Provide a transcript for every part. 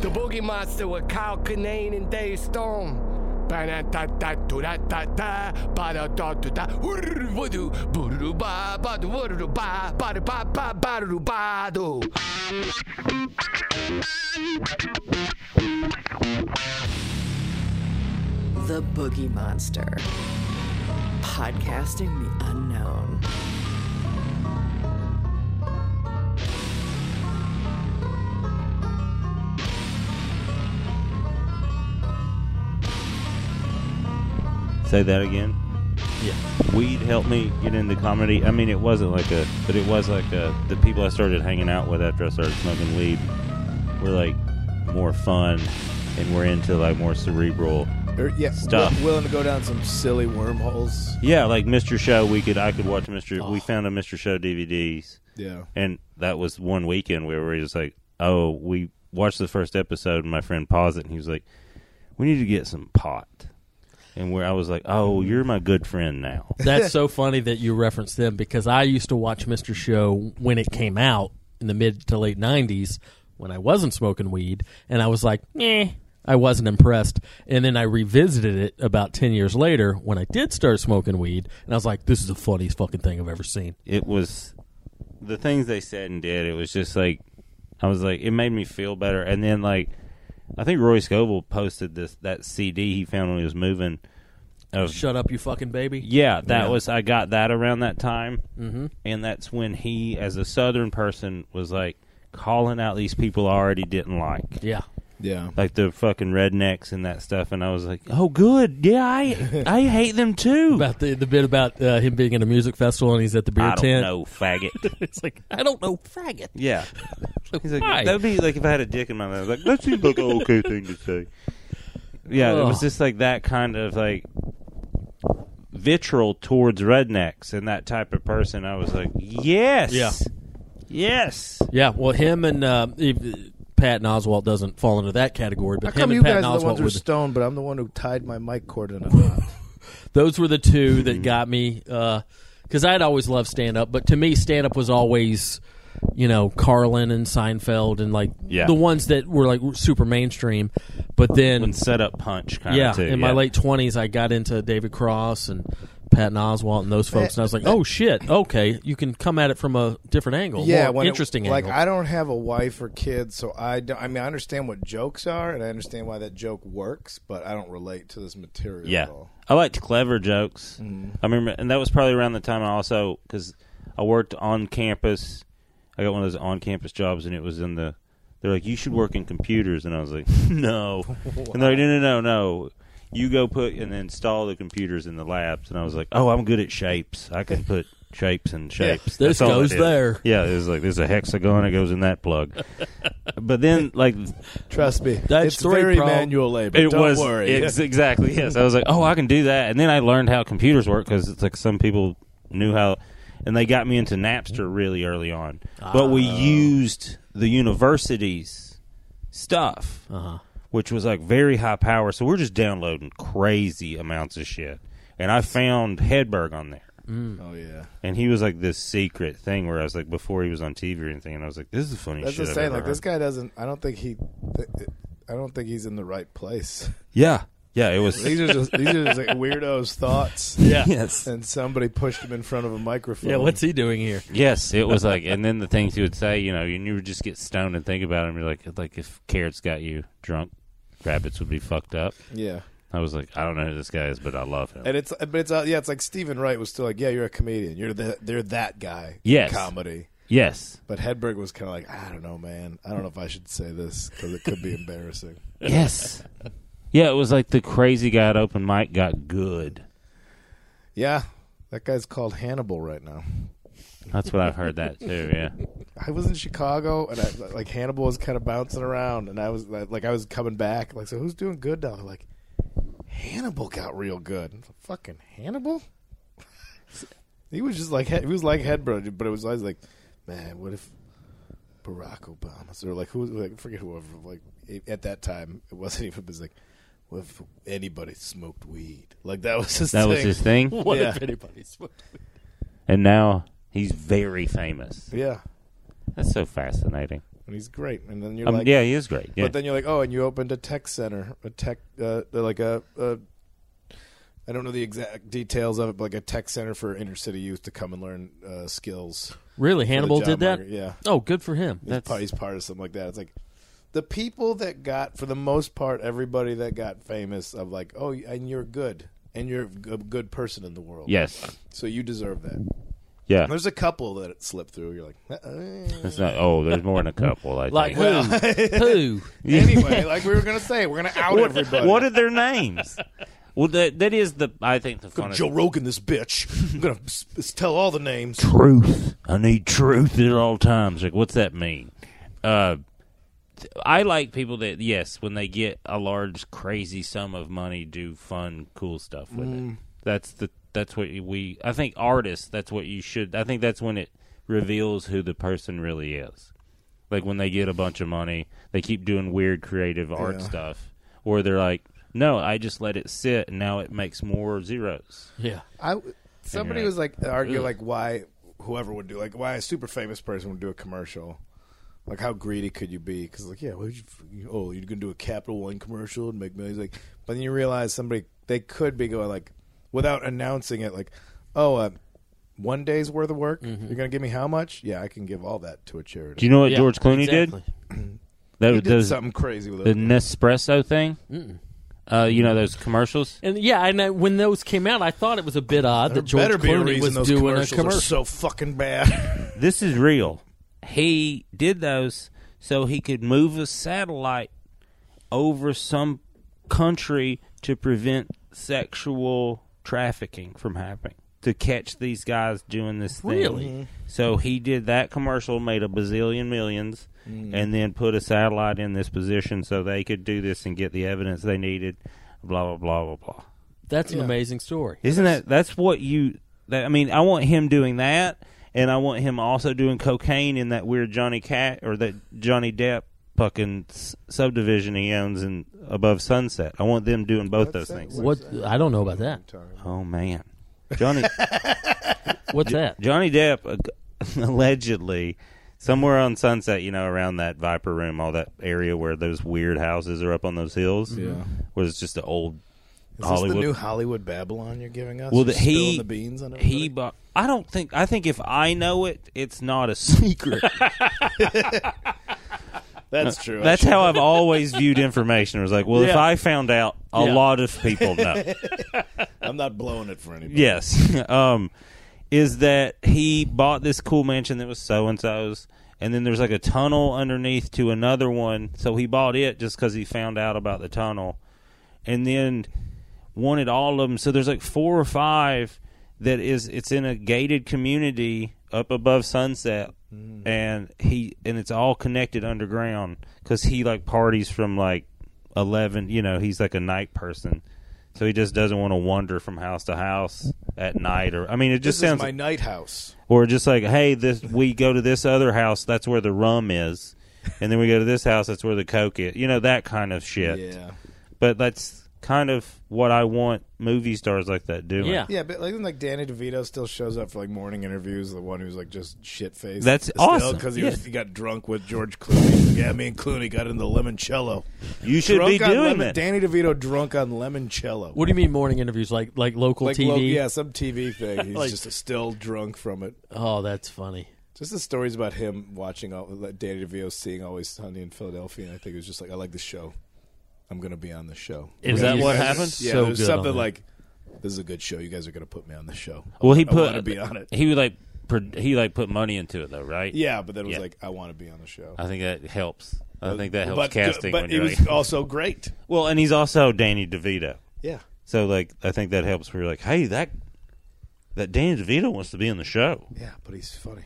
The Boogie Monster with Kyle Kinane and Dave Storm. Ba-da-da-da-do-da-da-da, ba-da-da-do-da, woo-doo-doo-woo-doo, boo-doo-doo-ba, ba-doo, woo-doo-doo-ba, ba-da-ba-ba, ba-doo-doo-ba-doo. The Boogie Monster. Podcasting the unknown. Say that again. Yeah. Weed helped me get into comedy. I mean, it wasn't like a, but it was like a, the people I started hanging out with after I started smoking weed were like more fun and we're into like more cerebral. Or, yeah. Stuff. wi- willing to go down some silly wormholes. Yeah, like Mr. Show, we could, I could watch Mr. We found a Mr. Show DVDs Yeah. and that was one weekend where we were just like, oh, we watched the first episode and my friend paused it and he was like, we need to get some pot. And where I was like, oh, Mm-hmm. you're my good friend now. That's so funny that you reference them because I used to watch Mr. Show when it came out in the mid to late 90s when I wasn't smoking weed and I was like, "Eh, I wasn't impressed." And then I revisited it about 10 years later when I did start smoking weed and I was like, "This is the funniest fucking thing I've ever seen." it was the things they said and did. It was just like I was like it made me feel better. And then like I think Roy Scoble posted this that CD he found when he was moving. Of Shut up, you fucking baby. yeah, that was I got that around that time, mm-hmm. and that's when he, as a Southern person, was like calling out these people I already didn't like, Yeah. Yeah. like the fucking rednecks and that stuff. And I was like, oh, good, yeah, I I hate them too. About the, the bit about uh, him being in a music festival and he's at the beer I don't tent. know, faggot. It's like, I don't know, faggot. Yeah. He's like, Why? that'd be like if I had a dick in my mouth. Like, that seems like an okay thing to say. Yeah, it was Ugh. just like that kind of like vitriol towards rednecks and that type of person. I was like, yes, Yeah. yes. Yeah, well, him and uh, if- Patton Oswalt doesn't fall into that category, How but him come and you Patton guys are the Oswalt ones who were are the- stoned, but I'm the one who tied my mic cord in a knot? those were the two Mm-hmm. that got me because I'd always loved stand up, but to me, stand up was always you know Carlin and Seinfeld and like Yeah. the ones that were like super mainstream. But then And set up punch kind yeah, of too. in my late twenties, I got into David Cross and. Patton Oswalt and those folks, and I was like, Eh, "Oh shit, okay, you can come at it from a different angle, yeah, more when it- interesting like angle." I don't have a wife or kids, so I don't, I mean I understand what jokes are and I understand why that joke works, but I don't relate to this material. Yeah, at all. Mm. I liked clever jokes. I remember, and that was probably around the time I also because I worked on campus. I got one of those on-campus jobs, and it was in the. They're like, you should work in computers, and I was like, no. And they're like, no, no, no, no. You go put and install the computers in the labs, and I was like, oh, I'm good at shapes. I can put shapes and shapes. this That's all I goes did. there. Yeah, it was like there's a hexagon. It goes in that plug. but then, like, Trust me, That it's story very problem- manual labor. it don't was worry. ex- exactly yes. I was like, oh, I can do that, and then I learned how computers work because it's like some people knew how, and they got me into Napster really early on. But we Oh. used the university's stuff, Uh-huh. which was like very high power. So we're just downloading crazy amounts of shit, and I found Hedberg on there. oh yeah, And he was like this secret thing where I was like before he was on TV or anything, and I was like, "This is the funniest that's shit." the I've same. ever Like this heard. guy doesn't. I don't think he. th- I don't think he's in the right place. Yeah, yeah, it was. These are just these are just like weirdos' thoughts. yes, And somebody pushed him in front of a microphone. yeah, what's he doing here? Yes, it was like, and then the things he would say, you know, and you would just get stoned and think about him. You're like, like if carrots got you drunk, rabbits would be fucked up. Yeah, I was like, I don't know who this guy is, but I love him. and it's but it's uh, yeah, it's like Stephen Wright was still like, yeah, you're a comedian. You're the they're that guy. in Yes. comedy. Yes, But Hedberg was kind of like, I don't know, man. I don't know if I should say this because it could be embarrassing. yes, yeah. It was like the crazy guy at open mic got good. Yeah, that guy's called Hannibal right now. That's what I've heard that too. Yeah, I was in Chicago and I, like Hannibal was kind of bouncing around, and I was like, I was coming back. Like, so who's doing good now? Like, Hannibal got real good. I'm like, Fucking Hannibal. he was just like he was like Hedberg, but it was always like, man, what if Barack Obama or like who was like forget whoever like at that time it wasn't even it was like. What if anybody smoked weed? Like that was his that thing. was his thing, What Yeah. if anybody's? and now he's very famous. Yeah. That's so fascinating. and he's great. And then you're Um, like, yeah, he is great. Yeah. But then you're like, oh, and you opened a tech center, a tech, uh, like a, a, I don't know the exact details of it, but like a tech center for inner city youth to come and learn uh, skills. for Really, the Hannibal job did that. market. Yeah, Oh, good for him. he's part, he's part of something like that. It's like the people that got, for the most part, everybody that got famous of like, oh, and you're good, and you're a good person in the world. yes. so you deserve that. Yeah. There's a couple that slip through. You're like, uh, It's not, oh, there's more than a couple. I Like think. who? who? anyway, like we were gonna say, we're gonna out everybody. What are their names? Well, that that is the I think the Fucking funnest. Joe Rogan, this bitch. I'm gonna s- s- tell all the names. truth. I need truth at all times. Like, what's that mean? Uh, th- I like people that yes, when they get a large, crazy sum of money, do fun, cool stuff with Mm. it. That's the that's what we. I think artists. That's what you should. I think that's when it reveals who the person really is. Like when they get a bunch of money, they keep doing weird creative art Yeah. stuff, or they're like, "No, I just let it sit, and now it makes more zeros." Yeah. I w- somebody like, was like arguing "Ugh." like why whoever would do like why a super famous person would do a commercial. Like how greedy could you be? Because like yeah, what would you, f- you- oh you're gonna do a Capital One commercial and make millions. Like, but then you realize somebody they could be going like without announcing it like oh uh, one day's worth of work Mm-hmm. you're gonna give me how much? Yeah, I can give all that to a charity. Do you know what Yeah, George Clooney exactly. did? That He was did something crazy with the it. Nespresso thing. Uh, you know those commercials. And yeah, and I, when those came out, I thought it was a bit odd that George Clooney was doing a commercial. so fucking bad. This is real. He did those so he could move a satellite over some country to prevent sexual trafficking from happening. To catch these guys doing this thing. Really? So he did that commercial, made a bazillion millions, and then put a satellite in this position so they could do this and get the evidence they needed. Blah blah blah blah blah. That's an amazing story. Isn't that that's what you? That, I mean, I want him doing that, and I want him also doing cocaine in that weird Johnny Cat or that Johnny Depp fucking s- subdivision he owns in above Sunset. I want them doing both those things. What I don't know about that. Oh man, Johnny What's that? Johnny Depp uh, allegedly somewhere on Sunset, you know, around that Viper Room, all that area where those weird houses are up on those hills. Yeah, was just the old Is this Hollywood. the new Hollywood Babylon you're giving us? Well, You're the, he spilling the beans on everybody? he. bu- I don't think. I think if I know it, it's not a secret. That's true. That's how I've always viewed information. It was like, well, if Yeah. I found out, a Yeah. lot of people know. I'm not blowing it for anybody. yes, um, is that he bought this cool mansion that was so and so's, and then there's like a tunnel underneath to another one. So he bought it just because he found out about the tunnel, and then wanted all of them. So there's like four or five that is it's in a gated community up above Sunset, Mm. and he and it's all connected underground because he like parties from like eleven. You know, he's like a night person. So he just doesn't want to wander from house to house at night, or I mean, it This just is sounds my night house. or just like hey this we go to this other house that's where the rum is and then we go to this house that's where the coke is you know that kind of shit Yeah. but that's kind of what i want movie stars like that doing Yeah. Yeah, but like, like Danny DeVito still shows up for like morning interviews. The one who's like just shit faced. That's awesome. because he, Yeah. was- he got drunk with George Clooney. yeah, me and Clooney got in the limoncello. you should drunk be on doing lemon- that Danny DeVito drunk on limoncello. What do you mean morning interviews like like local like TV? lo- yeah, some TV thing. He's Like- just still drunk from it. Oh, that's funny. Just the stories about him watching all like Danny DeVito seeing Always Sunny in Philadelphia, and I think it was just like I like the show. I'm gonna be on the show. Is that what Yeah, happened? Yeah, So it was good something on that. like this is a good show. You guys are gonna put me on the show. I well he want- I put wanna be on it. he would like pr- he like put money into it though right Yeah, but then it was Yeah. like I want to be on the show. i think that helps i think that helps but, casting But when it you're was like- also great. well and he's also danny devito Yeah. so like i think that helps where you're like hey that that danny devito wants to be in the show Yeah, but he's funny.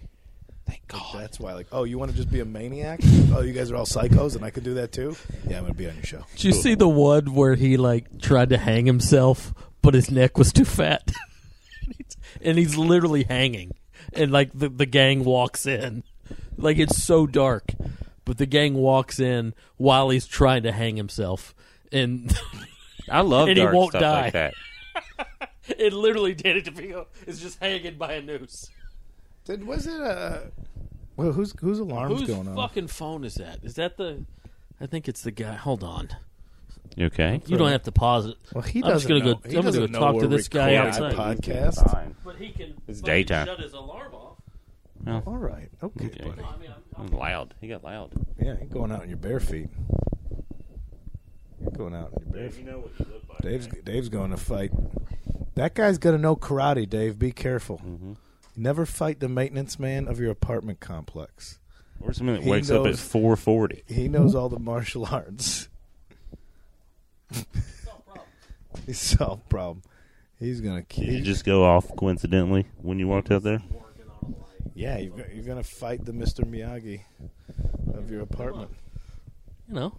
thank god That's why, like, oh, you want to just be a maniac? oh, you guys are all psychos, and I could do that too. Yeah, I'm gonna be on your show. Did you see the one where he like tried to hang himself, but his neck was too fat, And he's- and he's literally hanging, and like the the gang walks in, like it's so dark, but the gang walks in while he's trying to hang himself, and i love And he dark won't stuff die. like that it literally Danny DeVito is just hanging by a noose. Did was it a uh, Well, who's whose alarm's Whose going on? fucking phone is that? Is that the? I think it's the guy. Hold on. You okay? You don't have to pause it. Well, he I'm doesn't just gonna know. go. He I'm gonna go doesn't know talk to we're this guy recording outside. a podcast. But he can. It's fucking daytime. Shut his alarm off. All right, okay, Okay. buddy. I mean, I'm, I'm, Loud. He got loud. Yeah, you're going out in your bare feet. You're going out in your bare feet. You know what you look like. Dave's Dave's going to fight. That guy's gonna know karate. Dave, be careful. Mm-hmm. Never fight the maintenance man of your apartment complex. Or someone that He wakes up at knows- four forty. He knows all the martial arts. He's solved problem. He's gonna keep. Did you just go off coincidentally when you walked out there? yeah, you're, go- you're gonna fight the Mister Miyagi of your apartment. you know,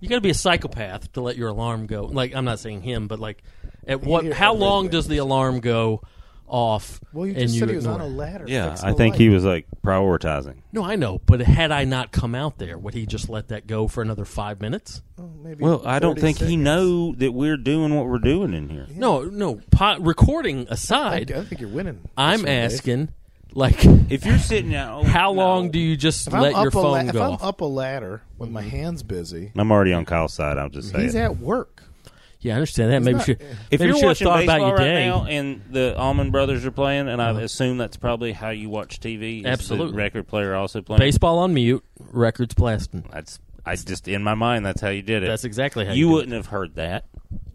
you got to be a psychopath to let your alarm go. Like I'm not saying him, but like, at what? hear How long everything. does the alarm go off? Well, you and just you said he was ignore on a it? ladder. Yeah, fixing I a think light. he was like prioritizing. No, I know, but had I not come out there, would he just let that go for another five minutes? Oh, maybe Well, I don't 30 think he seconds. know that we're doing what we're doing in here. No, no. Po- recording I aside, think, I think you're winning. this I'm one, Dave. asking, like, If you're sitting out, how long do you just If let I'm your up a la- phone if go? Mm-hmm. I'm off? up a ladder with my hands busy, I'm already on Kyle's side. I'll just say he's it. at work. Yeah, I understand that. Maybe not- should if maybe you're should have watching thought baseball about your right day. Uh-huh. now and the Almond Brothers are playing, and I assume that's probably how you watch TV. is the Absolutely. record player also playing. Baseball on mute, records blasting. Mm-hmm. That's I just in my mind. That's how you did it. That's exactly how you you do wouldn't have heard that.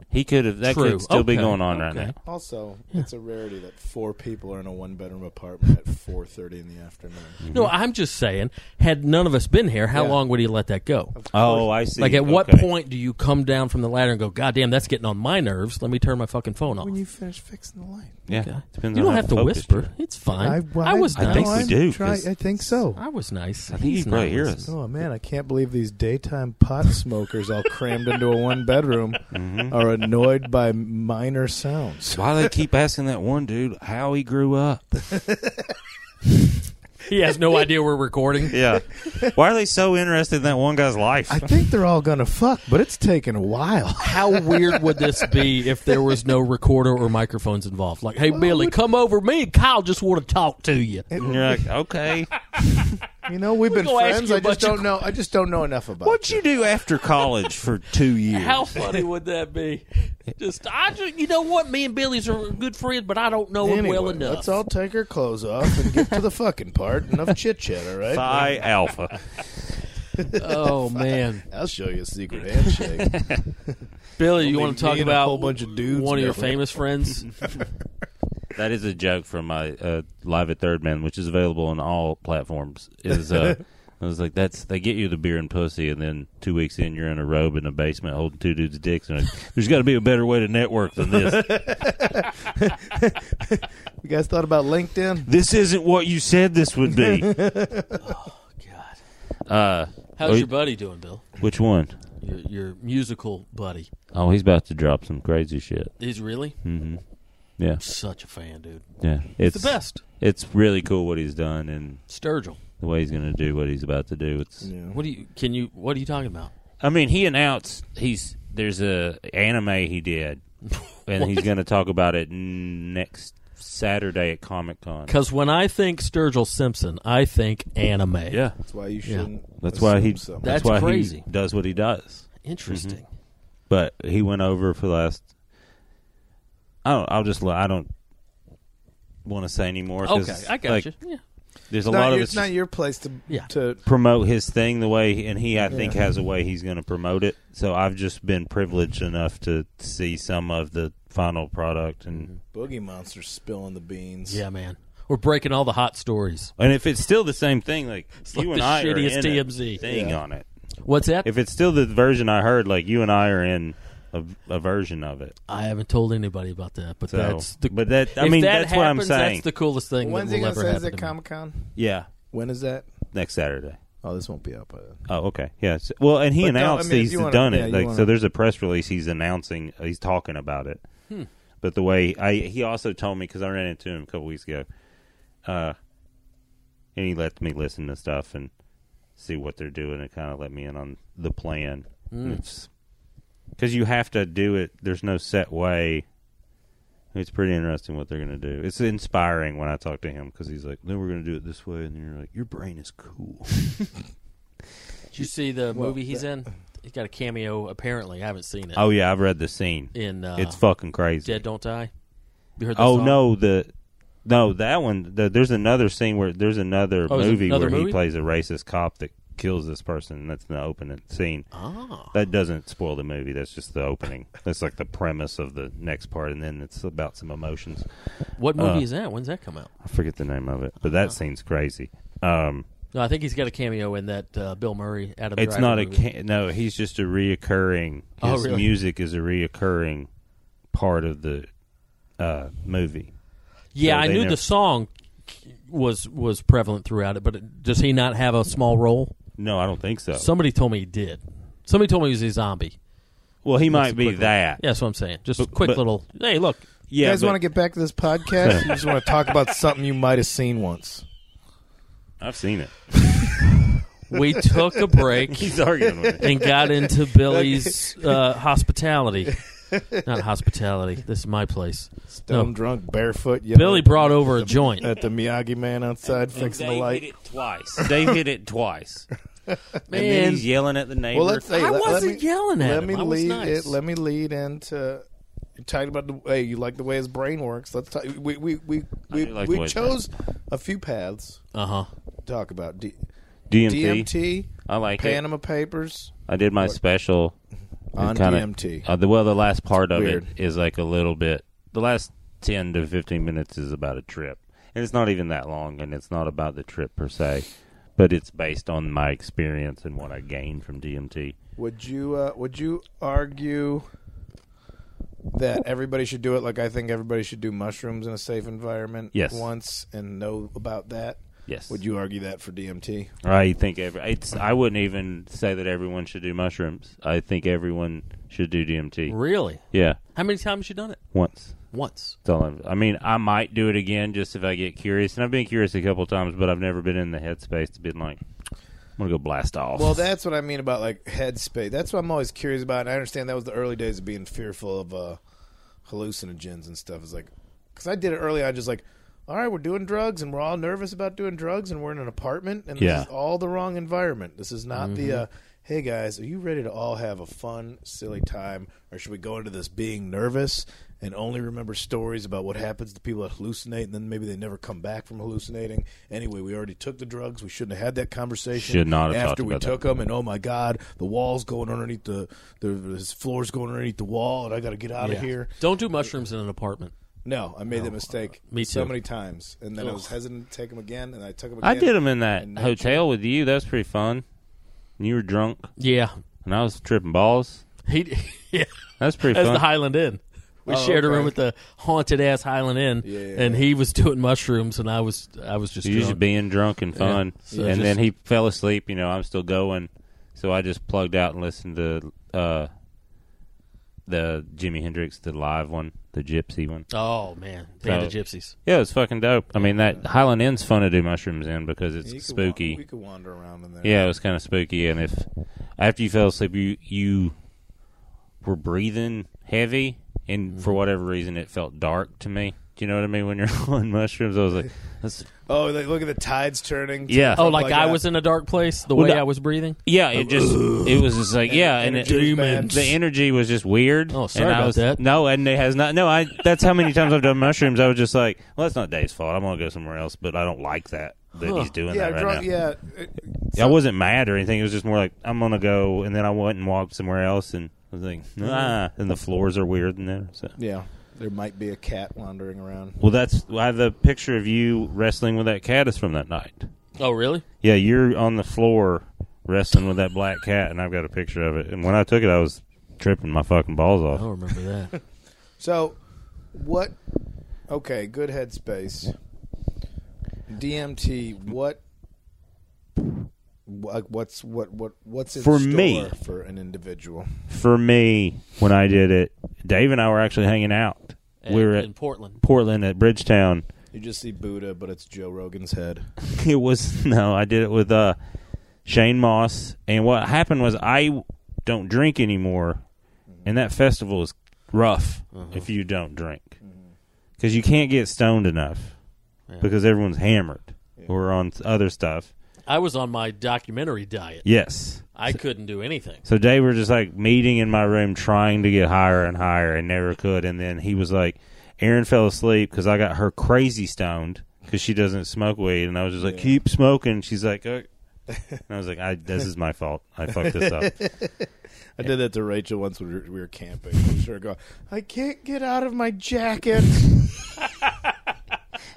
He could have. That True. could still be Okay. going on right Okay. now. Also, it's a rarity that four people are in a one-bedroom apartment at 4:30 in the afternoon. No, I'm just saying, had none of us been here, how Yeah. long would he let that go? Oh, I see. Like, at what Okay. point do you come down from the ladder and go, God damn, that's getting on my nerves. Let me turn my fucking phone off. When You, you finish fixing the light, Yeah, depends. on don't how have to focused whisper. you are. It's fine. I, well, was I nice. think we I'm do, try- 'cause- I think so. I was nice. I think He's you probably not hear listening. us. Oh man, I can't believe these daytime pot smokers all crammed into a one-bedroom Mm-hmm. are annoyed by minor sounds. Why do they keep asking that one dude how he grew up? He has no idea we're recording. Yeah. Why are they so interested in that one guy's life? I think they're all gonna fuck, but it's taking a while. How weird would this be if there was no recorder or microphones involved? Like, hey, Billy, come over. Me and Kyle just want to talk to you. and you're like, okay. You know, we've been gonna ask friends. you I a just bunch of don't know. I just don't know enough about. What'd you do after college for two years? How funny would that be? Just, I just, you know what? Me and Billy's are good friends, but I don't know you. him Anyway, well enough. let's all take our clothes off and get to the fucking part. Enough chit chat, all right? Phi Alpha. oh man, I'll show you a secret handshake. Billy, you Only want to talk me and a about whole bunch of dudes One of your know. famous friends. That is a joke from my uh, live at Third Man, which is available on all platforms. Is uh, I was like, that's they get you the beer and pussy, and then two weeks in, you're in a robe in a basement holding two dudes' dicks, and like, there's got to be a better way to network than this. you guys thought about LinkedIn? this isn't what you said this would be. Oh, God, Uh, how's oh, your buddy doing, Bill? which one? Your, your musical buddy. Oh, he's about to drop some crazy shit. Mm-hmm. He's really Yeah, such a fan, dude. yeah. It's The best, It's really cool what he's done and Sturgill. the way he's going to do what he's about to do. It's What do you? Can you? What are you talking about? I mean, he announced he's there's a anime he did, and he's going to talk about it n- next Saturday at Comic Con. Because when I think Sturgill Simpson, I think anime. Yeah, That's why you shouldn't. that's why he. assume something. That- That's That's why crazy. he does what he does. interesting. But he went over for the last. I don't. I'll just. li- I don't want to say anymore. 'cause, Okay, I got Mm-hmm. like, you. Yeah. There's a It's lot not, of your, it's it's not your place to. Yeah. to promote his thing the way, and he I think has a way he's going to promote it. So I've just been privileged enough to see some of the final product, and Boogie Monster spilling the beans. Yeah, man. We're breaking all the hot stories. and if it's still the same thing, like like you and the I are in shittiest TMZ. a thing Yeah. on it. What's that? If it's still the version I heard, like you and I are in a, a version of it. I haven't told anybody about that, but So, that's the. but that I if mean that that's happens, what I'm saying. That's the coolest thing When's that he will gonna ever say? Is happen. it to me. Comic Con? yeah, When is that? next Saturday. Oh, this won't be out by then. Oh, okay. Yeah. s- well, and he But no, I announced mean, if he's you wanna- done yeah, it. you Like, so wanna- there's a press release he's announcing. uh, He's talking about it. But the way I, he also told me because I ran into him a couple weeks ago, uh, and he let me listen to stuff and see what they're doing and kind of let me in on the plan. Because you have to do it. There's no set way. It's pretty interesting what they're going to do. It's inspiring when I talk to him because he's like, "No, we're going to do it this way," and you're like, "Your brain is cool." Did you see the movie he's in? He's got a cameo. Apparently, I haven't seen it. oh yeah, I've read the scene. in uh, it's fucking crazy. Dead Don't Die. You heard that oh song? no, the no that one. The, there's another scene where there's another Oh, is it movie another where movie? he plays a racist cop that kills this person. and That's in the opening scene. Ah. That doesn't spoil the movie. That's just the opening. That's like the premise of the next part, and then it's about some emotions. What movie Uh, is that? When's that come out? I forget the name of it, but Uh-huh. that scene's crazy. Um, No, I think he's got a cameo in that uh, Bill Murray out of. it's Driver not a movie. ca- no. He's just a reoccurring. Oh, His really? music is a reoccurring part of the uh, movie. Yeah, so I they knew never- the song was was prevalent throughout it, but it, does he not have a small role? No, I don't think so. Somebody told me he did. Somebody told me he was a zombie. well, he might be quick- that. Yeah, that's what I'm saying. Just a But- quick but- little. Hey, look. Yeah, you guys but want to get back to this podcast? you just want to talk about something you might have seen once. I've seen it. We took a break He's arguing with me. and got into Billy's uh, hospitality. Not hospitality. This is my place. Stone No. drunk, barefoot. yelling Billy brought over a joint. at the Miyagi man outside fixing the light. it twice. Dave hit it twice. And Man. then he's yelling at the neighbor. Well, let's say I let, wasn't let me, yelling at let him. me I was lead nice. it. Let me lead into you're talking about the way you like the way his brain works. Let's talk. We we we we, do like the way we his chose a few paths Uh huh. to talk about D- DMT. DMT, I like it. Panama Papers I did my special on It kinda- DMT. Uh, the, well, the last part of Weird. it is like a little bit. The last ten to fifteen minutes is about a trip, and it's not even that long, and it's not about the trip per se, but it's based on my experience and what I gained from DMT. Would you uh, would you argue that everybody should do it? Like I think everybody should do mushrooms in a safe environment. Yes. Once and know about that. Yes. Would you argue that for DMT? I think every. It's. I wouldn't even say that everyone should do mushrooms. I think everyone should do DMT. Really? Yeah, How many times you done it? once. Once. That's all I've- I mean, I might do it again just if I get curious, and I've been curious a couple times, but I've never been in the headspace to be like, I'm gonna go blast off. Well, that's what I mean about like headspace. That's what I'm always curious about. And I understand that was the early days of being fearful of uh, hallucinogens and stuff. Is like, because I did it early. I just like, all right, we're doing drugs and we're all nervous about doing drugs and we're in an apartment and Yeah. this is all the wrong environment. This is not the. Uh, Hey guys, are you ready to all have a fun, silly time, or should we go into this being nervous and only remember stories about what happens to people that hallucinate, and then maybe they never come back from hallucinating? Anyway, we already took the drugs. We shouldn't have had that conversation. Should not have after talked we about that. took them, and oh my god, the walls going underneath the the his floors going underneath the wall, and I got to get out Yeah. of here. Don't do mushrooms in an apartment. No, I made that mistake me so too. many times, and then I was hesitant to take them again, and I took them. Again. I did them in that And- hotel with you. That was pretty fun. And you were drunk, Yeah. and I was tripping balls. He. Yeah. That's pretty That's fun. the Highland Inn. We Oh, shared a okay. room at the haunted ass Highland Inn, Yeah, yeah, and yeah. he was doing mushrooms, and I was I was just you drunk. just being drunk and fun, So and just- then he fell asleep. You know, I'm still going, so I just plugged out and listened to uh, the Jimi Hendrix, the live one, the Gypsy one. oh man, Band of So- Gypsies. Yeah, it's fucking dope. I mean, that Highland End's fun to do mushrooms in because it's You could spooky. wa- we could wander around in there. Yeah, it was kind of spooky. And if after you fell asleep, you you were breathing heavy, and for Mm-hmm. whatever reason, it felt dark to me. Do you know what I mean? When you're on mushrooms, I was like, that's, Oh, like, look at the tides turning. yeah, Oh, like, like I that. was in a dark place, the Well, way no- I was breathing. yeah. It just it was just like yeah, and it, Energy was bad. the energy was just weird. Oh, sorry and I about was, that. No, and it has not. No, I. That's how many times I've done mushrooms. I was just like, well, that's not Dave's fault. I'm gonna go somewhere else, but I don't like that that he's doing yeah, that right drunk, now. yeah. It- I wasn't mad or anything. It was just more like I'm gonna go, and then I went and walked somewhere else, and I was like, nah. And the floors are weird in there. So, yeah, there might be a cat wandering around. well, that's why the picture of you wrestling with that cat is from that night. Oh, really? Yeah, you're on the floor wrestling with that black cat, and I've got a picture of it. And when I took it, I was tripping my fucking balls I don't off. remember that. So, what? Okay, good headspace. DMT. What? Like what's what what what's in For store me. for an individual? For me, when I did it, Dave and I were actually hanging out. we were in, at in Portland. Portland at Bridgetown. You just see Buddha, but it's Joe Rogan's head. it was no i did it with uh shane moss and what happened was i don't drink anymore and that festival is rough if you don't drink because you can't get stoned enough because everyone's hammered or on other stuff. I was on my documentary diet. Yes. I couldn't do anything. So they were just like meeting in my room, trying to get higher and higher, and never could. And then he was like, "Aaron fell asleep because I got her crazy stoned because she doesn't smoke weed." And I was just like, "Keep smoking." She's like, "Uh," and I was like, I, "This is my fault. I fucked this up." I did that to Rachel once when we were, we were camping. We sure go. I can't get out of my jacket.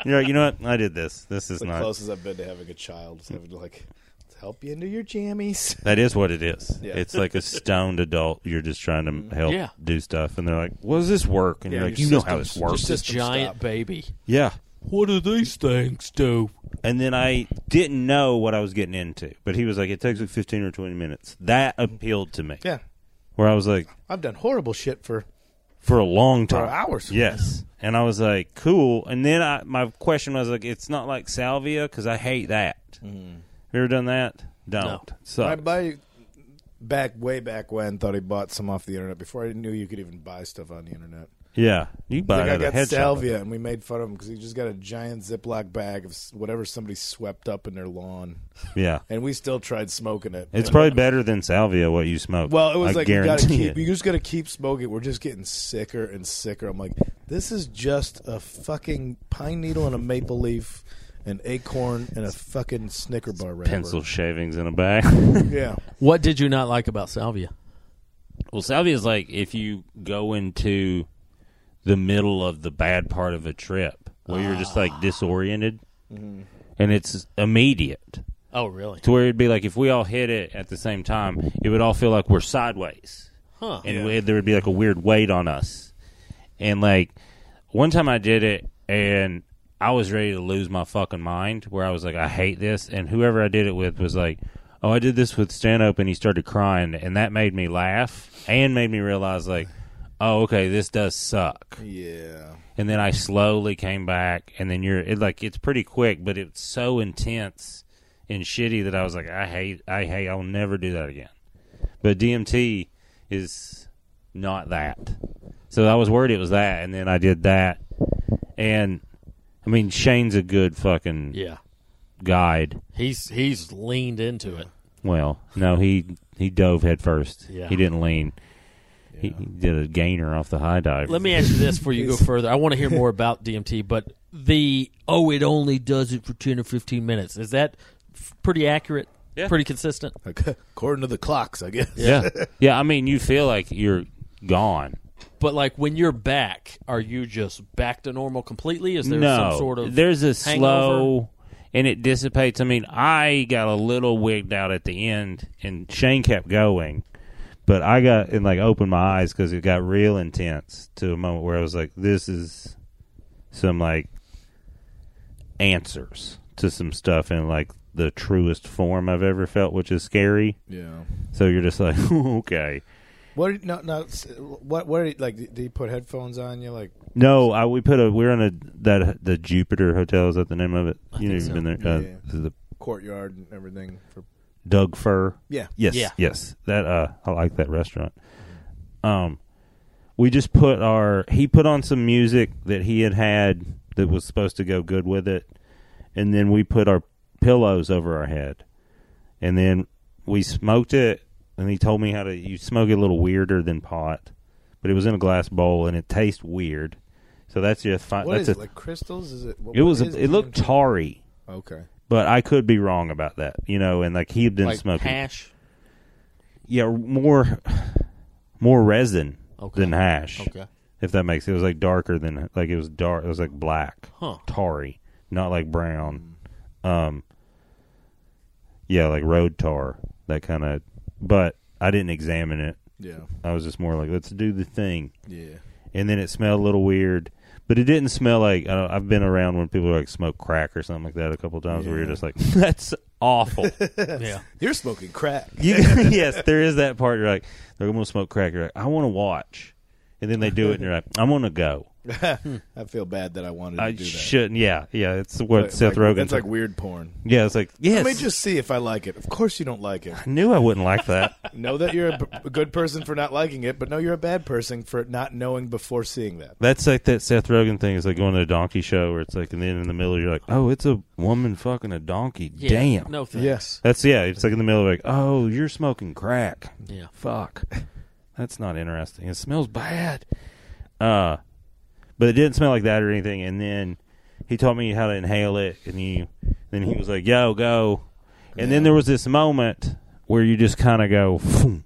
You're like, you know what? I did this. This is the not. closest I've been to having a child. is having to like "Let's help you into your jammies. That is what it is. Yeah. Mm-hmm. It's like a stoned adult. You're just trying to help Yeah. do stuff, and they're like, "What does this work?" And Yeah, you're like, your "You know how system's this works." Just a System giant stop. baby. yeah. What do these things do? and then I didn't know what I was getting into. But he was like, "It takes like fifteen or twenty minutes." That appealed to me. Yeah, Where I was like, I've done horrible shit for for a long time, hours. Yes, and I was like, cool. And then I, my question was like, it's not like salvia because I hate that. Mm-hmm. Have you ever done that? Don't. So my buddy back way back when thought he bought some off the internet before I knew you could even buy stuff on the internet. yeah, you buy Like it I at a got head shop. salvia, and we made fun of him because he just got a giant Ziploc bag of s- whatever somebody swept up in their lawn, Yeah, and we still tried smoking it. it's And- probably better than salvia what you smoke. Well, it was I like you gotta guarantee keep. it. You just gotta keep smoking. We're just getting sicker and sicker. I'm like, this is just a fucking pine needle and a maple leaf, an acorn and a fucking Snicker bar wrapper. pencil shavings in a bag. Yeah. What did you not like about salvia? Well, salvia is like if you go into the middle of the bad part of a trip where you're just like disoriented and it's immediate Oh, really? to where it'd be like if we all hit it at the same time, it would all feel like we're sideways Huh. and we, there would be like a weird weight on us. And like one time I did it and I was ready to lose my fucking mind where I was like, I hate this. And whoever I did it with was like, Oh, I did this with stand up and he started crying. And that made me laugh and made me realize, like, oh, okay, this does suck. Yeah. And then I slowly came back. And then you're it, like, it's pretty quick, but it's so intense and shitty that I was like, I hate, I hate, I'll never do that again. But DMT is not that. So I was worried it was that, and then I did that. And I mean, Shane's a good fucking Yeah. guide. He's he's leaned into it. Well, no, he he dove headfirst. Yeah. He didn't lean. He, he did a gainer off the high dive. Let me ask you this before you go further. I want to hear more about DMT, but the oh, it only does it for ten or fifteen minutes. Is that f- pretty accurate? Yeah. Pretty consistent. Like, according to the clocks, I guess. yeah, yeah. I mean, you feel like you're gone. But like when you're back, are you just back to normal completely? Is there no, some sort of there's a hangover? slow and it dissipates. I mean, I got a little wigged out at the end, and Shane kept going, but I got and like opened my eyes because it got real intense to a moment where I was like, "This is some like answers to some stuff in like the truest form I've ever felt, which is scary." Yeah. So you're just like, "Okay." What? No. No. s- What? What? Are you, like, did you put headphones on? You like? No, I, we put a we're in a that the Jupiter Hotel is that the name of it? you know, think you've so. been there. Uh, Yeah. The courtyard and everything for Doug Fur. yeah Yes. Yeah. Yes. That uh I like that restaurant. Um we just put our he put on some music that he had had that was supposed to go good with it and then we put our pillows over our head. And then we smoked it and he told me how to you smoke it a little weirder than pot. But it was in a glass bowl and it tastes weird. So that's your fi- What that's is a, it like crystals is it what, it was what a, is it looked tarry, okay but I could be wrong about that, you know, and like he had been like smoking hash? yeah, more more resin Okay. than hash. Okay. If that makes it was like darker than like it was dark. It was like black, Huh. Hmm. tarry, not like brown. Um, yeah, like road tar, that kind of. But I didn't examine it. yeah I was just more like, let's do the thing. yeah And then it smelled a little weird, but it didn't smell like. I don't, I've been around when people like smoke crack or something like that a couple times, where you're Yeah. just like, that's awful. yeah. you're smoking crack You, yes, there is that part. You're like, they're going to smoke crack. You're like, I want to watch. And then they do it, and you're like, I'm going to go. I feel bad that I wanted to I do that. shouldn't. Yeah, yeah. It's what Like- Seth like, Rogen. That's like weird porn. yeah, it's like yes. Let me just see if I like it. Of course you don't like it. I knew I wouldn't like that. know that you're a, b- a good person for not liking it, but know you're a bad person for not knowing before seeing that. That's like that Seth Rogen thing. It's like going to a donkey show where it's like, and then in the middle you're like, oh, it's a woman fucking a donkey. Damn. No thanks. That's yeah. It's like in the middle of like, oh, you're smoking crack. Yeah. Fuck. That's not interesting. It smells bad. Uh, but it didn't smell like that or anything. And then he taught me how to inhale it, and you. Then he was like, "Yo, go." And then there was this moment where you just kind of go, "Phoom."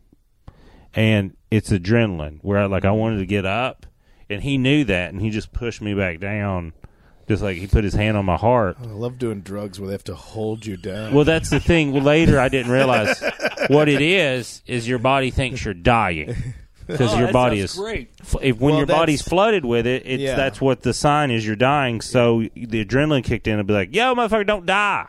and it's adrenaline. Where I, like I wanted to get up, and he knew that, and he just pushed me back down, just like he put his hand on my heart. I love doing drugs where they have to hold you down. Well, that's the thing. Well, later I didn't realize what it is. Is your body thinks you're dying Oh, because your body is Oh, great. f- if when Well, your body's that's- flooded with it, it's Yeah. that's what the sign is. You're dying, so the adrenaline kicked in and be like, "Yo, motherfucker, don't die,"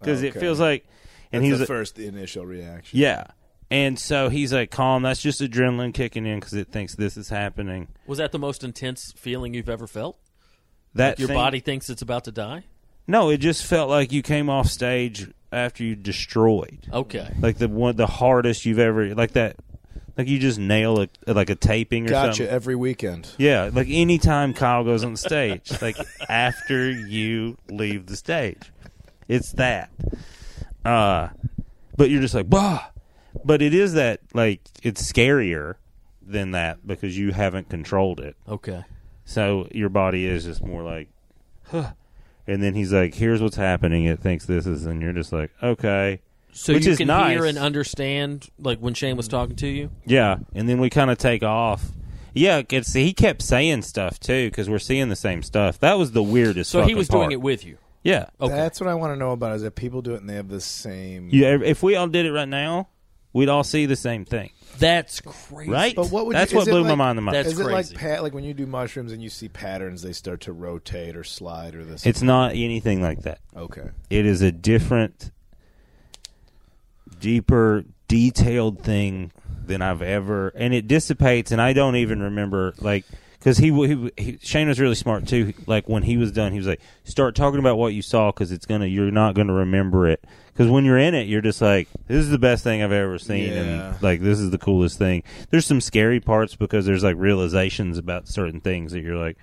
because Okay. it feels like. And That's he's the like- first initial reaction. yeah, and so he's like, "Calm. That's just adrenaline kicking in because it thinks this is happening." Was that the most intense feeling you've ever felt? That Your thing- body thinks it's about to die? No, it just felt like you came off stage after you destroyed. Okay. like the one the hardest you've ever like that like you just nail a like a taping or Gotcha something every weekend. yeah like anytime kyle goes on stage like after you leave the stage it's that uh but you're just like bah but it is that like it's scarier than that because you haven't controlled it Okay. so your body is just more like, huh. And then he's like, here's what's happening. It thinks this is, and you're just like, okay. So Which you is can nice. hear and understand, like when Shane Mm. was talking to you? Yeah, and then we kind of take off. Yeah, it's, he kept saying stuff too because we're seeing the same stuff. That was the weirdest. So he fucking was part. doing it with you. Yeah. Okay. That's what I want to know about is that people do it and they have the same. You, if we all did it right now, we'd all see the same thing, That's crazy. right? But what would That's you, what is it blew my like- mind the most. That's is it like crazy. pat like when you do mushrooms and you see patterns they start to rotate or slide or this? It's not anything like that. okay. it is a different deeper detailed thing than i've ever and it dissipates and i don't even remember like because he, w- he, he shane was really smart too like when he was done he was like start talking about what you saw because it's gonna you're not gonna remember it because when you're in it you're just like this is the best thing i've ever seen Yeah. and like this is the coolest thing there's some scary parts because there's like realizations about certain things that you're like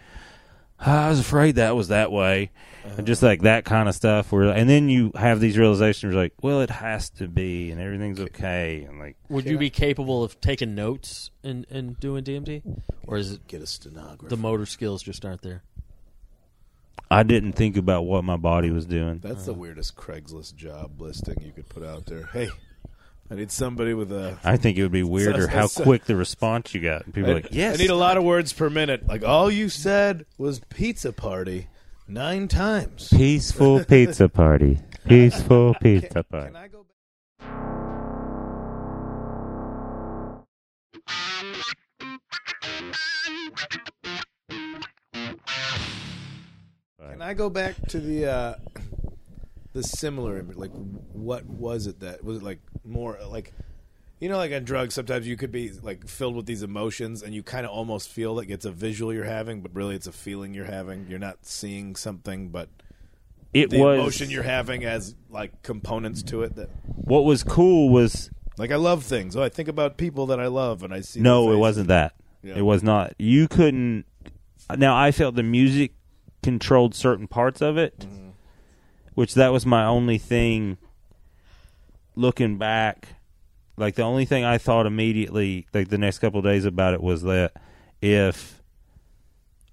I was afraid that was that way, and just like that kind of stuff. Where and then you have these realizations like, well, it has to be, and everything's okay, and like Would you be capable of taking notes and, and doing DMD? Or is it Get a stenographer. the motor skills just aren't there? I didn't think about what my body was doing. That's the weirdest Craigslist job listing you could put out there. Hey, I need somebody with a. I think it would be weirder So- how so- quick the response you got. People I- are like, yes, I need a lot of words per minute. Like all you said was pizza party nine times. peaceful pizza party, peaceful pizza party. I go? Back? Can I go back to the uh, the similar? image? Like, what was it that was it like more like? You know, like on drugs, sometimes you could be like filled with these emotions, and you kind of almost feel like it's a visual you're having, but really it's a feeling you're having. You're not seeing something, but It the was emotion you're having as like components to it that what was cool was like I love things. Oh, I think about people that I love and I see No, their it faces. wasn't that. Yeah. It was not. You couldn't. Now I felt the music controlled certain parts of it, Mm-hmm. which that was my only thing. Looking back, like the only thing I thought immediately, like the next couple of days about it was that if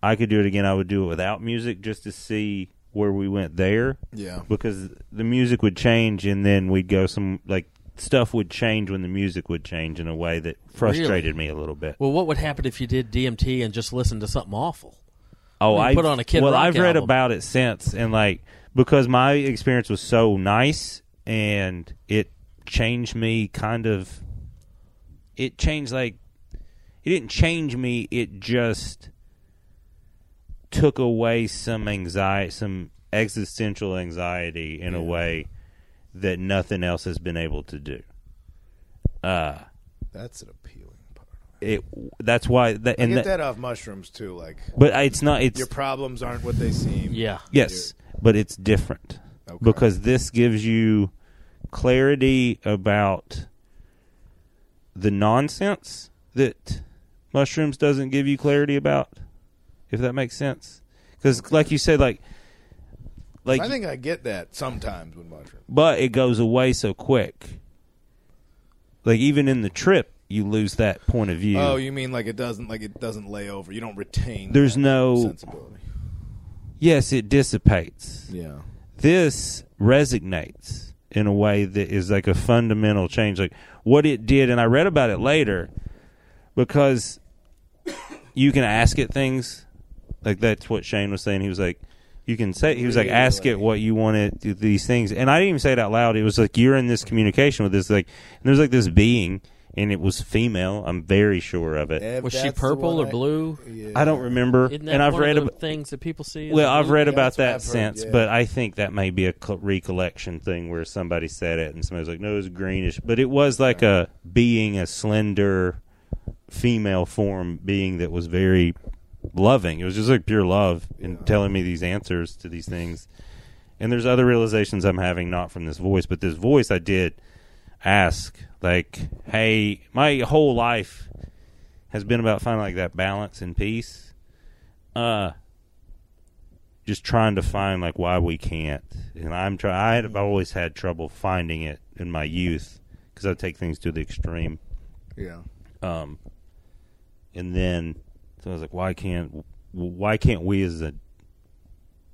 I could do it again, I would do it without music just to see where we went there Yeah. because the music would change and then we'd go some like stuff would change when the music would change in a way that frustrated me a little bit. Well, what would happen if you did DMT and just listened to something awful? oh, you I put on a Kid Well, Rock I've read album. about it since and like because my experience was so nice and it changed me kind of it changed like it didn't change me, it just took away some anxiety, some existential anxiety in a way that nothing else has been able to do. That's an appealing part. it that's why that and Get that, that off mushrooms too. Like but it's not it's your problems aren't what they seem. Yeah. Yes, but it's different Okay. because this gives you clarity about the nonsense that mushrooms doesn't give you clarity about. If that makes sense, because like you said, like like, I think I get that sometimes with mushrooms. but it goes away so quick. Like even in the trip, you lose that point of view. Oh, you mean like it doesn't like it doesn't lay over. You don't retain. There's that no- sensibility. yes, it dissipates. Yeah. this resonates in a way that is like a fundamental change like what it did and i read about it later because you can ask it things like that's what shane was saying he was like you can say he was like ask it what you want it th- these things and i didn't even say it out loud it was like you're in this communication with this like and there's like this being and it was female i'm very sure of it If Was she that's the purple one or I- blue? Yeah. i don't remember Isn't that and i've one read of about them things that people see? well, I've read Yeah, about that's what that I've heard, since, yeah. but I think that may be a cl- recollection thing where somebody said it and somebody was like, "No, it was greenish," but it was like a being a slender female form being that was very loving. It was just like pure love and telling me these answers to these things. And there's other realizations I'm having not from this voice, but this voice I did ask like, "Hey, my whole life has been about finding like that balance and peace." Uh just trying to find like why we can't. And I'm try I had, I've always had trouble finding it in my youth because I take things to the extreme. Yeah. Um, and then so I was like, why can't why can't we as a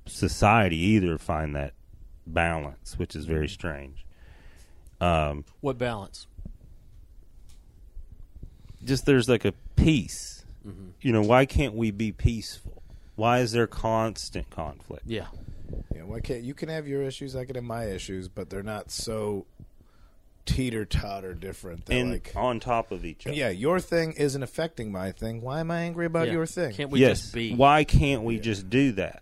society either find that balance, which is very strange. Um, What balance? just there's like a peace. Mm-hmm. You know, why can't we be peaceful? Why is there constant conflict? Yeah. Yeah. Why can't you can have your issues? I can have my issues, but they're not so teeter totter different. They're and like. on top of each other. yeah, your thing isn't affecting my thing. Why am I angry about Yeah. your thing? Can't we just be? Why can't we just do that?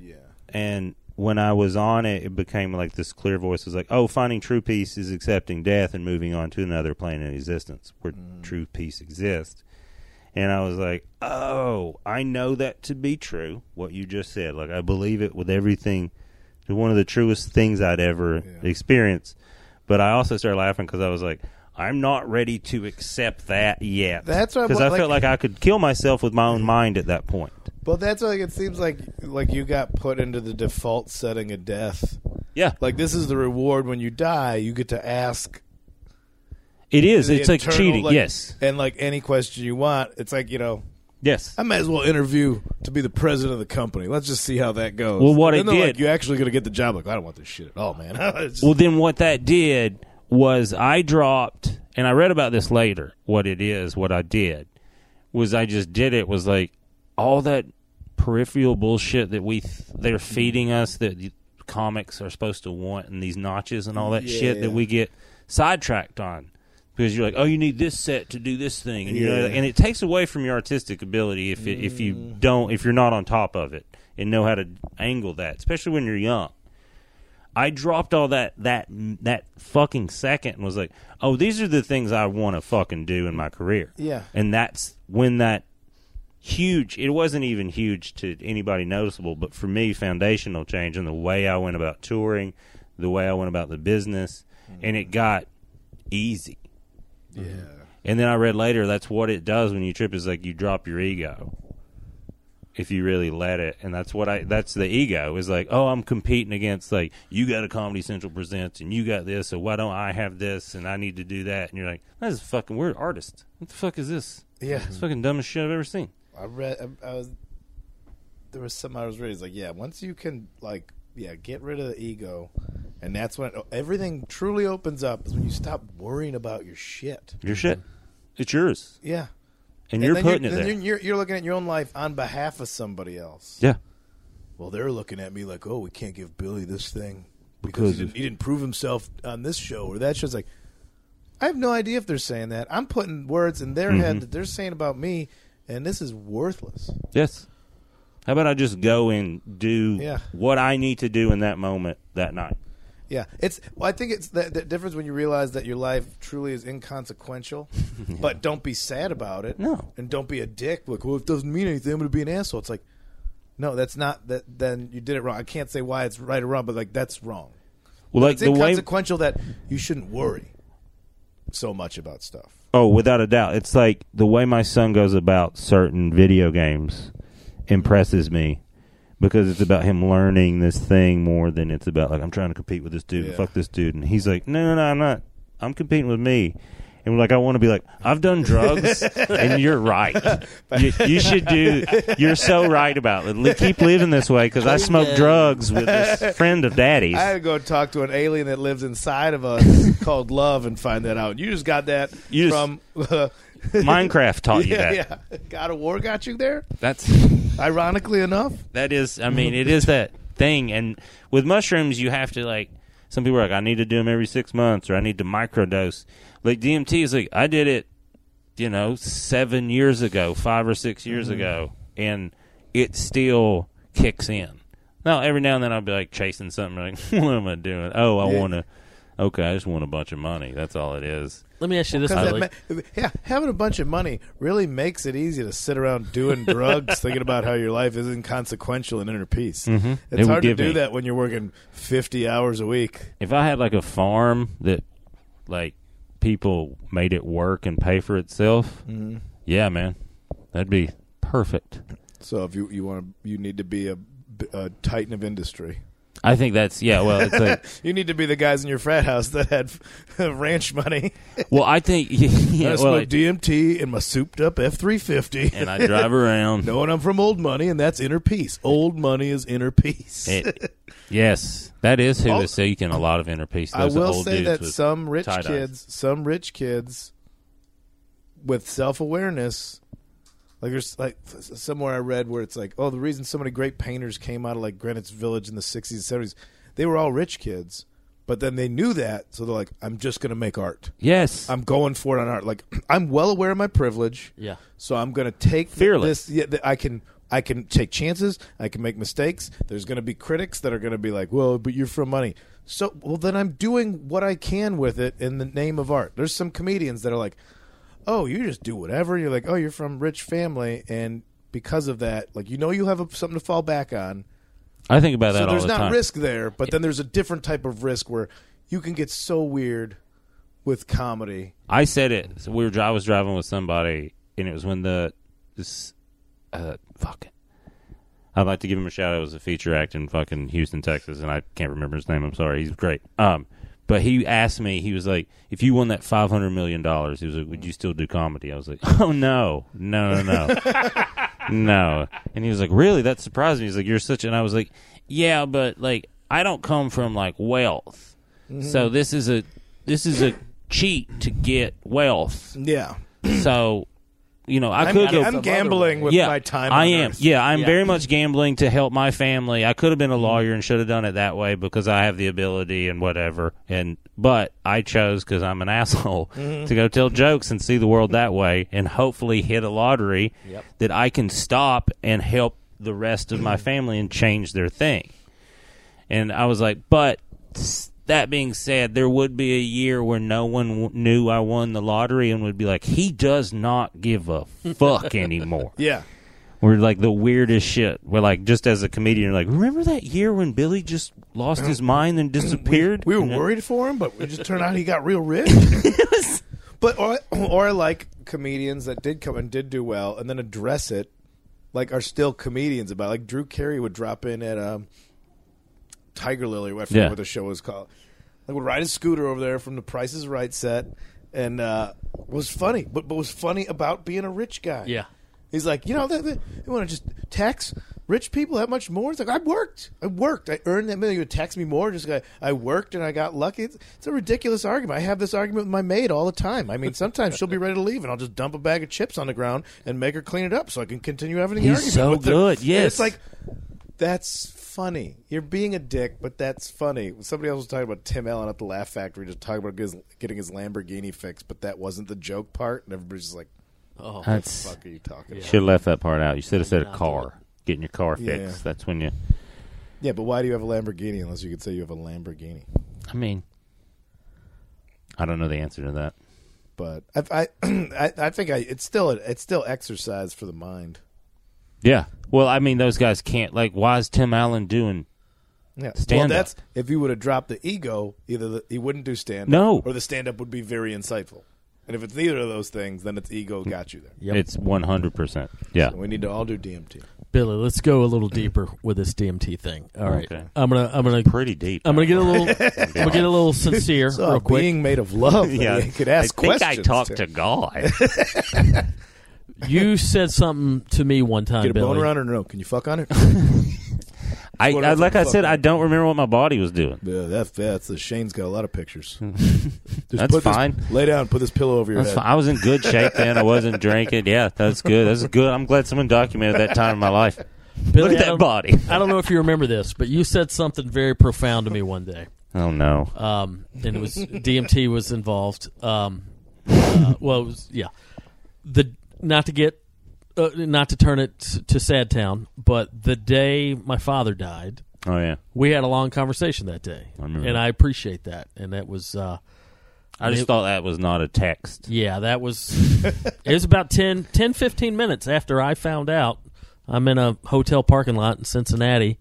yeah. And when I was on it, it became like this clear voice was like, "Oh, finding true peace is accepting death and moving on to another plane of existence where Mm. true peace exists." And I was like, "Oh, I know that to be true. What you just said, like I believe it with everything. It's one of the truest things I'd ever Yeah. experienced." But I also started laughing because I was like. I'm not ready to accept that yet. That's what I because I want, felt like- like I could kill myself with my own mind at that point. Well, that's like it seems like like you got put into the default setting of death. Yeah, Like this is the reward when you die. You get to ask. It is. the it's like internal, cheating. yes. and like any question you want. It's like you know. Yes. I might as well interview to be the president of the company. Let's just see how that goes. Well, what and it then they're like, did- you actually going to get the job? Like, I don't want this shit at all, man. It's just- well, then what that did was I dropped, and I read about this later. What it is, what I did was I just did it. Was like all that peripheral bullshit that we th- they're feeding us that y- comics are supposed to want, and these notches and all that Yeah, shit yeah. that we get sidetracked on. Because you're like, oh, you need this set to do this thing, and, you know, Yeah. Mm. and it takes away from your artistic ability if it, if you don't if you're not on top of it and know how to angle that, especially when you're young. I dropped all that that that fucking second and was like, "Oh, these are the things I want to fucking do in my career." Yeah. And that's when that huge it wasn't even huge to anybody noticeable, but for me foundational change in the way I went about touring, the way I went about the business, and it got easy. yeah. And then I read later that's what it does when you trip is like you drop your ego. If you really let it, and that's what I that's the ego is like, oh, I'm competing against like you got a Comedy Central presents and you got this, so why don't I have this and I need to do that? And you're like, that is fucking weird artist. What the fuck is this? Yeah. It's fucking dumbest shit I've ever seen. I read. I, I was. There was something I was reading. It's like, yeah, once you can, like, yeah, get rid of the ego, and that's when everything truly opens up. Is when you stop worrying about your shit. Your shit. It's yours. Yeah, And, you're Mm-hmm. then putting it then there. You're, you're looking at your own life on behalf of somebody else. yeah. Well, they're looking at me like, oh, we can't give Billy this thing Because because, he, didn't, of- he didn't prove himself on this show or that show. It's like, I have no idea if they're saying that. I'm putting words in Mm-hmm. their head that they're saying about me, and this is worthless. Yes. How about I just go and do Yeah. what I need to do in that moment that night? Yeah, it's. Well, I think it's the, the difference when you realize that your life truly is inconsequential, but don't be sad about it. No. and don't be a dick. Like, well, if it doesn't mean anything, I'm going to be an asshole. It's like, no, that's not. That then you did it wrong. I can't say why it's right or wrong, but like that's wrong. Well, like It's the way inconsequential that you shouldn't worry so much about stuff. Oh, without a doubt. It's like the way my son goes about certain video games impresses me because it's about him learning this thing more than it's about like I'm trying to compete with this dude. Yeah. Fuck this dude. And he's like, "No, no, no, I'm not. I'm competing with me." And we're like, I want to be like, I've done drugs, and you're right. You, you should do. You're so right about it. Li- Keep living this way because I smoked drugs with this friend of daddy's. I had to go talk to an alien that lives inside of us called love and find that out. You just got that You just- from Minecraft taught you yeah, that. yeah. God of War got you there. That's Ironically enough, That is, I mean, it is that thing. And with mushrooms, you have to like. Some people are like, I need to do them every six months, or I need to microdose. Like DMT is like, I did it, you know, seven years ago, five or six years ago, and it still kicks in. Now every now and then I'll be like chasing something, like, what am I doing? Oh, I Yeah. want to. Okay, I just want a bunch of money. That's all it is. Let me ask you this, Because Lily. yeah, having a bunch of money really makes it easy to sit around doing drugs, thinking about how your life is inconsequential and inner peace. It's Mm-hmm. would hard to give do me- that when you're working 50 hours a week. if I had like a farm that like people made it work and pay for itself, Mm-hmm. yeah, man, that'd be perfect. So if you, you want to, you need to be a, a titan of industry. I think that's yeah. Well, it's like You need to be the guys in your frat house that had ranch money. well, I think yeah, I well, smoke DMT in my souped up F three fifty, and I drive around. knowing I'm from old money, and that's inner peace. Old money is inner peace. It- yes, that is who All- is seeking a lot of inner peace. I Those will old say dudes that with some rich tie-dyes. kids, some rich kids with self awareness, like there's like s- somewhere I read where it's like, oh, the reason so many great painters came out of like Greenwich Village in the 60s and 70s, they were all rich kids, but then they knew that, so they're like, I'm just going to make art. Yes, I'm going for it on art. Like I'm well aware of my privilege. Yeah. So I'm going to take th- Fearless. This, yeah, th- I can. I can take chances. I can make mistakes. There's going to be critics that are going to be like, "Well, but you're from money." So, well, then I'm doing what I can with it in the name of art. There's some comedians that are like, "Oh, you just do whatever." You're like, "Oh, you're from rich family," and because of that, like you know, you have a, something to fall back on. I think about that So all there's the not time. risk there, but then there's a different type of risk where you can get so weird with comedy. I said it. So we were. dri- I was driving with somebody, and it was when the this uh fuck. I'd like to give him a shout out. It was a feature act in fucking Houston, Texas, and I can't remember his name. I'm sorry. He's great. Um, but he asked me. He was like, "If you won that five hundred million dollars, he was like, would you still do comedy?" I was like, "Oh no, no, no, no, no." And he was like, "Really? That surprised me." He's like, "You're such," and I was like, "Yeah, but like, I don't come from like wealth, so this is a this is a cheat to get wealth. Yeah. So, you know, I I'm, could go." I'm gambling with yeah, my time. I on am. Earth. Mm-hmm. Yeah, I'm very much gambling to help my family. I could have been a lawyer and should have done it that way because I have the ability and whatever. And but I chose because I'm an asshole Mm-hmm. to go tell jokes and see the world that way and hopefully hit a lottery that I can stop and help the rest of my family and change their thing. And I was like, but s- that being said, there would be a year where no one w- knew I won the lottery and would be like, he does not give a fuck anymore. Yeah. We're like the weirdest shit. We're like just as a comedian, you're like remember that year when Billy just lost his mind and disappeared? We were And then- worried for him, but it just turned out he got real rich. but or or I like comedians that did come and did do well and then address it, like are still comedians about. it. Like Drew Carey would drop in at um, Tiger Lily. I forget Yeah. what the show was called. Like would ride his scooter over there from the Price Is Right set, and uh, was funny. But but was funny about being a rich guy. Yeah. He's like, you know, they, they, want to just tax rich people that much more. It's like I worked, I worked, I earned that million. You would tax me more just 'cause I, I worked and I got lucky. It's, it's a ridiculous argument. I have this argument with my maid all the time. I mean, sometimes she'll be ready to leave, and I'll just dump a bag of chips on the ground and make her clean it up so I can continue having the He's argument. so with her. good, And yes. it's like that's funny. You're being a dick, but that's funny. Somebody else was talking about Tim Allen at the Laugh Factory, just talking about his, getting his Lamborghini fixed, but that wasn't the joke part, and everybody's just like, That's "Fuck, are you talking?" about? should have left that part out. You should have said a car. Getting your car Yeah. fixed. That's when you. Yeah, but why do you have a Lamborghini unless you could say you have a Lamborghini? I mean, I don't know the answer to that. But I, I, I, I think I, it's still it's still exercise for the mind. Yeah. Well, I mean, those guys can't. Like, why is Tim Allen doing? Yeah. well, Stand-up. that's if he would have dropped the ego, either the, he wouldn't do stand up, No. or the stand up would be very insightful. And if it's neither of those things, then it's ego got you there. Yep. It's one hundred percent. Yeah. We need to all do DMT. Billy, let's go a little deeper with this DMT thing. All right, Okay. I'm gonna, I'm gonna, Pretty deep. I'm gonna get a little, I'm gonna get a little sincere So real quick. being made of love, that yeah. you could ask I think questions. I talked to God. You said something to me one time, Get a Billy. boner on or no? Can you fuck on it? I, what I I'm like I fucking- said, I don't remember what my body was doing. yeah, that's that's the Shane's got a lot of pictures. Just That's put this- fine. lay down. Put this pillow over your That's head. fine. I was in good shape then. I wasn't drinking. Yeah, that's good. That's good. I'm glad someone documented that time in my life. Billy, Look I at that don't- body. I don't know if you remember this, but you said something very profound to me one day. Oh no. um, and it was DMT was involved. Um, uh, well, it was, yeah, the not to get uh, not to turn it s- to Sad Town, but the day my father died, Oh yeah. we had a long conversation that day, I remember and that. I appreciate that. And that was uh, I just It- thought that was not a text. yeah, that was it was about 10, 10, 15 minutes after I found out. I'm in a hotel parking lot in Cincinnati,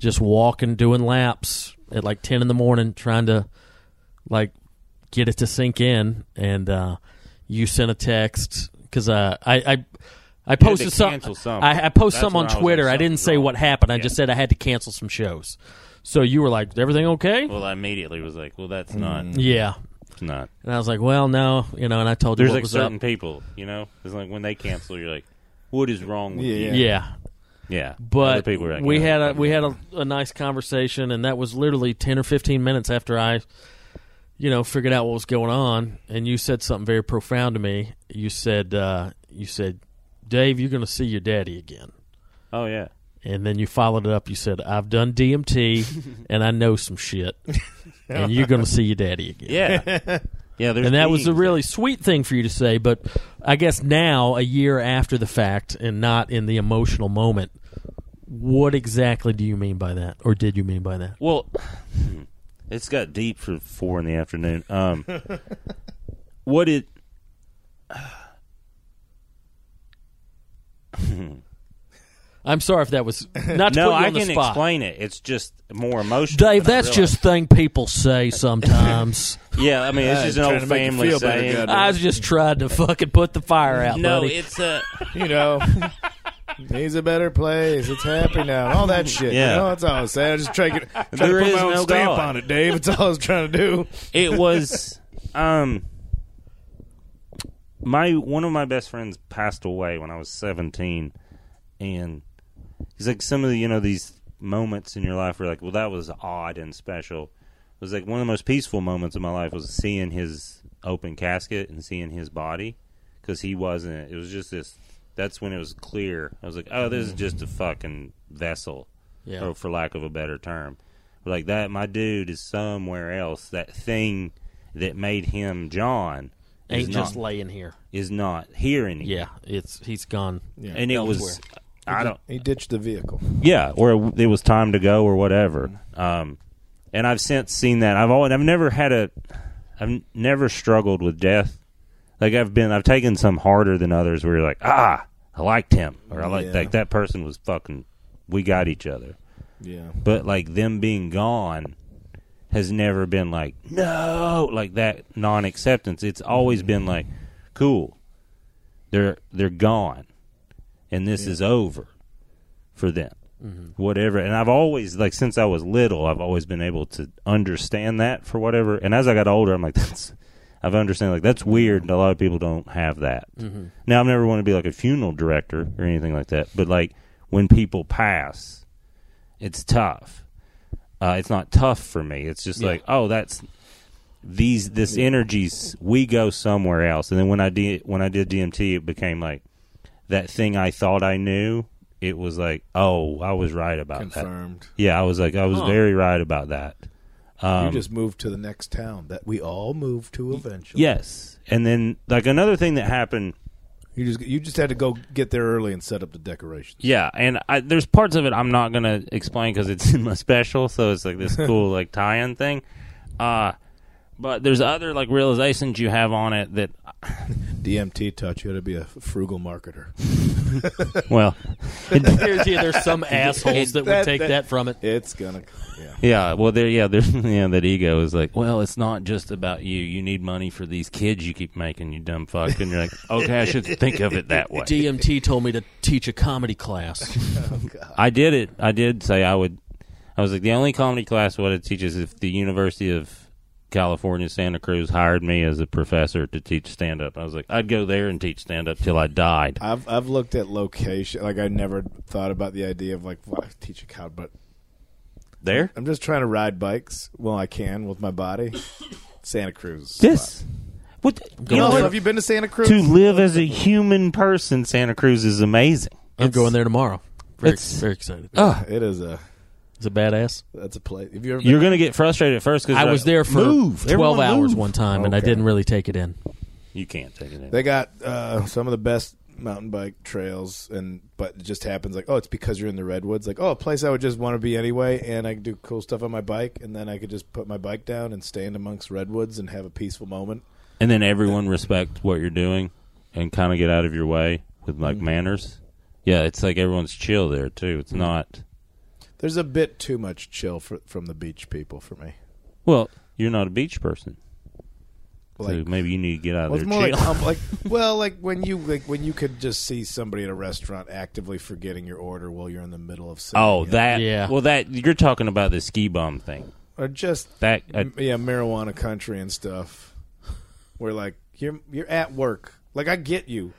just walking, doing laps at like ten in the morning, trying to like get it to sink in. And uh, you sent a text because uh, I I I posted some. cancel something. I, I posted That's some when I on was like, Twitter. I didn't something's say wrong. what happened. I Yeah. just said I had to cancel some shows. So you were like, "Everything okay?" Well, I immediately was like, well, that's not. yeah. It's not. And I was like, "Well, no," you know. And I told you There's what like was certain up. people, you know. It's like when they cancel, you're like, what is wrong with Yeah, you? yeah. yeah. Yeah. Other but people were like, we "No, had a fuck we it." had a, a nice conversation, and that was literally ten or fifteen minutes after I, you know, figured out what was going on. And you said something very profound to me. You said, uh, "You said, Dave, you're going to see your daddy again." Oh yeah. And then you followed it up. You said, "I've done DMT, and I know some shit, and you're going to see your daddy again." Yeah. Yeah. There's and that was a themes. really sweet thing for you to say but i guess now a year after the fact and not in the emotional moment what exactly do you mean by that or did you mean by that Well, hmm, it's got deep for four in the afternoon. Um, what it? i'm sorry if that was not to No, put you I on the can spot explain it. It's just more emotional. dave than I that's realized. just thing people say sometimes yeah. I mean, it's Ah, just an trying old to make you family feel better, saying. God. i uh, was just trying to fucking put the fire out no, buddy it's a you know. He's a better place. It's happy now. All that shit. Yeah. You know, that's all I was saying. I just try to, get, try There to put is my own no stamp God. on it, Dave. That's all I was trying to do. it was um my one of my best friends passed away when I was 17 and it's like some of the you know these moments in your life were like well that was odd and special it was like one of the most peaceful moments of my life was seeing his open casket and seeing his body because he wasn't it was just this that's when it was clear I was like oh this is just a fucking vessel Mm-hmm. yeah. or for lack of a better term. But like that, my dude is somewhere else. That thing that made him John ain't is just not, laying here is not here anymore. yeah it's he's gone and it was I don't He ditched the vehicle. yeah, or it was time to go or whatever. Um, and I've since seen that. I've always I've never had a I've never struggled with death. Like I've been I've taken some harder than others where you're like ah I liked him or I like Yeah. like that person was fucking we got each other. Yeah. but like them being gone has never been like no like that non-acceptance it's always been like cool they're they're gone and this is over for them whatever and i've always like since i was little i've always been able to understand that for whatever and as i got older i'm like that's i've understand like that's weird and a lot of people don't have that Mm-hmm. now i've never want to be like a funeral director or anything like that but like when people pass it's tough. Uh, it's not tough for me. It's just Yeah. like, oh, that's these this energies. We go somewhere else. And then when I did when I did DMT, it became like that thing I thought I knew. It was like, oh, I was right about that. Confirmed. Yeah, I was like, I was Huh. very right about that. uh, um, you just moved to the next town that we all moved to eventually. Yes. And then like another thing that happened You just you just had to go get there early and set up the decorations. Yeah, and I, there's parts of it I'm not gonna explain because it's in my special, so it's like this cool like tie-in thing. Uh, but there's other like realizations you have on it that, DMT taught you how to be a frugal marketer. well, it- guarantee there's some assholes that would That- take that- that from it. It's gonna, yeah. yeah, well, there, yeah, there's, yeah, that ego is like, well, it's not just about you. You need money for these kids you keep making, you dumb fuck. And you're like, okay, I should think of it that way. DMT told me to teach a comedy class. I did it. I did say I would. I was like the only comedy class what it teaches if the University of California Santa Cruz hired me as a professor to teach stand up. I was like I'd go there and teach stand up till I died. I've I've looked at location. Like I never thought about the idea of like well, I teach a cow, but There. I'm just trying to ride bikes. Well, I can with my body. Santa Cruz. This. What you Going know, Spot. there. have you been to Santa Cruz? to live as a human person, Santa Cruz is amazing. I'm going there tomorrow. Very, It's- very excited. It is a Is it badass? that's a place. Have you ever? You're gonna get frustrated at first because I was there for move. 12 Everyone hours move. one time, and I Okay. didn't really take it in. You can't take it. In. They got uh, some of the best mountain bike trails, and but it just happens like oh, it's because you're in the redwoods. Like oh, a place I would just want to be anyway, and I could do cool stuff on my bike, and then I could just put my bike down and stand amongst redwoods and have a peaceful moment. And then everyone respects what you're doing and kind of get out of your way with like Mm-hmm. manners. Yeah, it's like everyone's chill there too. It's not. There's a bit too much chill for, from the beach people for me. Well, you're not a beach person, so Like- maybe you need to get out Well, of it's there. more like, um, like well, like when you like when you could just see somebody at a restaurant actively forgetting your order while you're in the middle of sitting, oh, you know, that. Yeah. Well, that you're talking about the ski bum thing. or just That uh, I, m- yeah, marijuana country and stuff. Where like you're you're at work. Like I get you,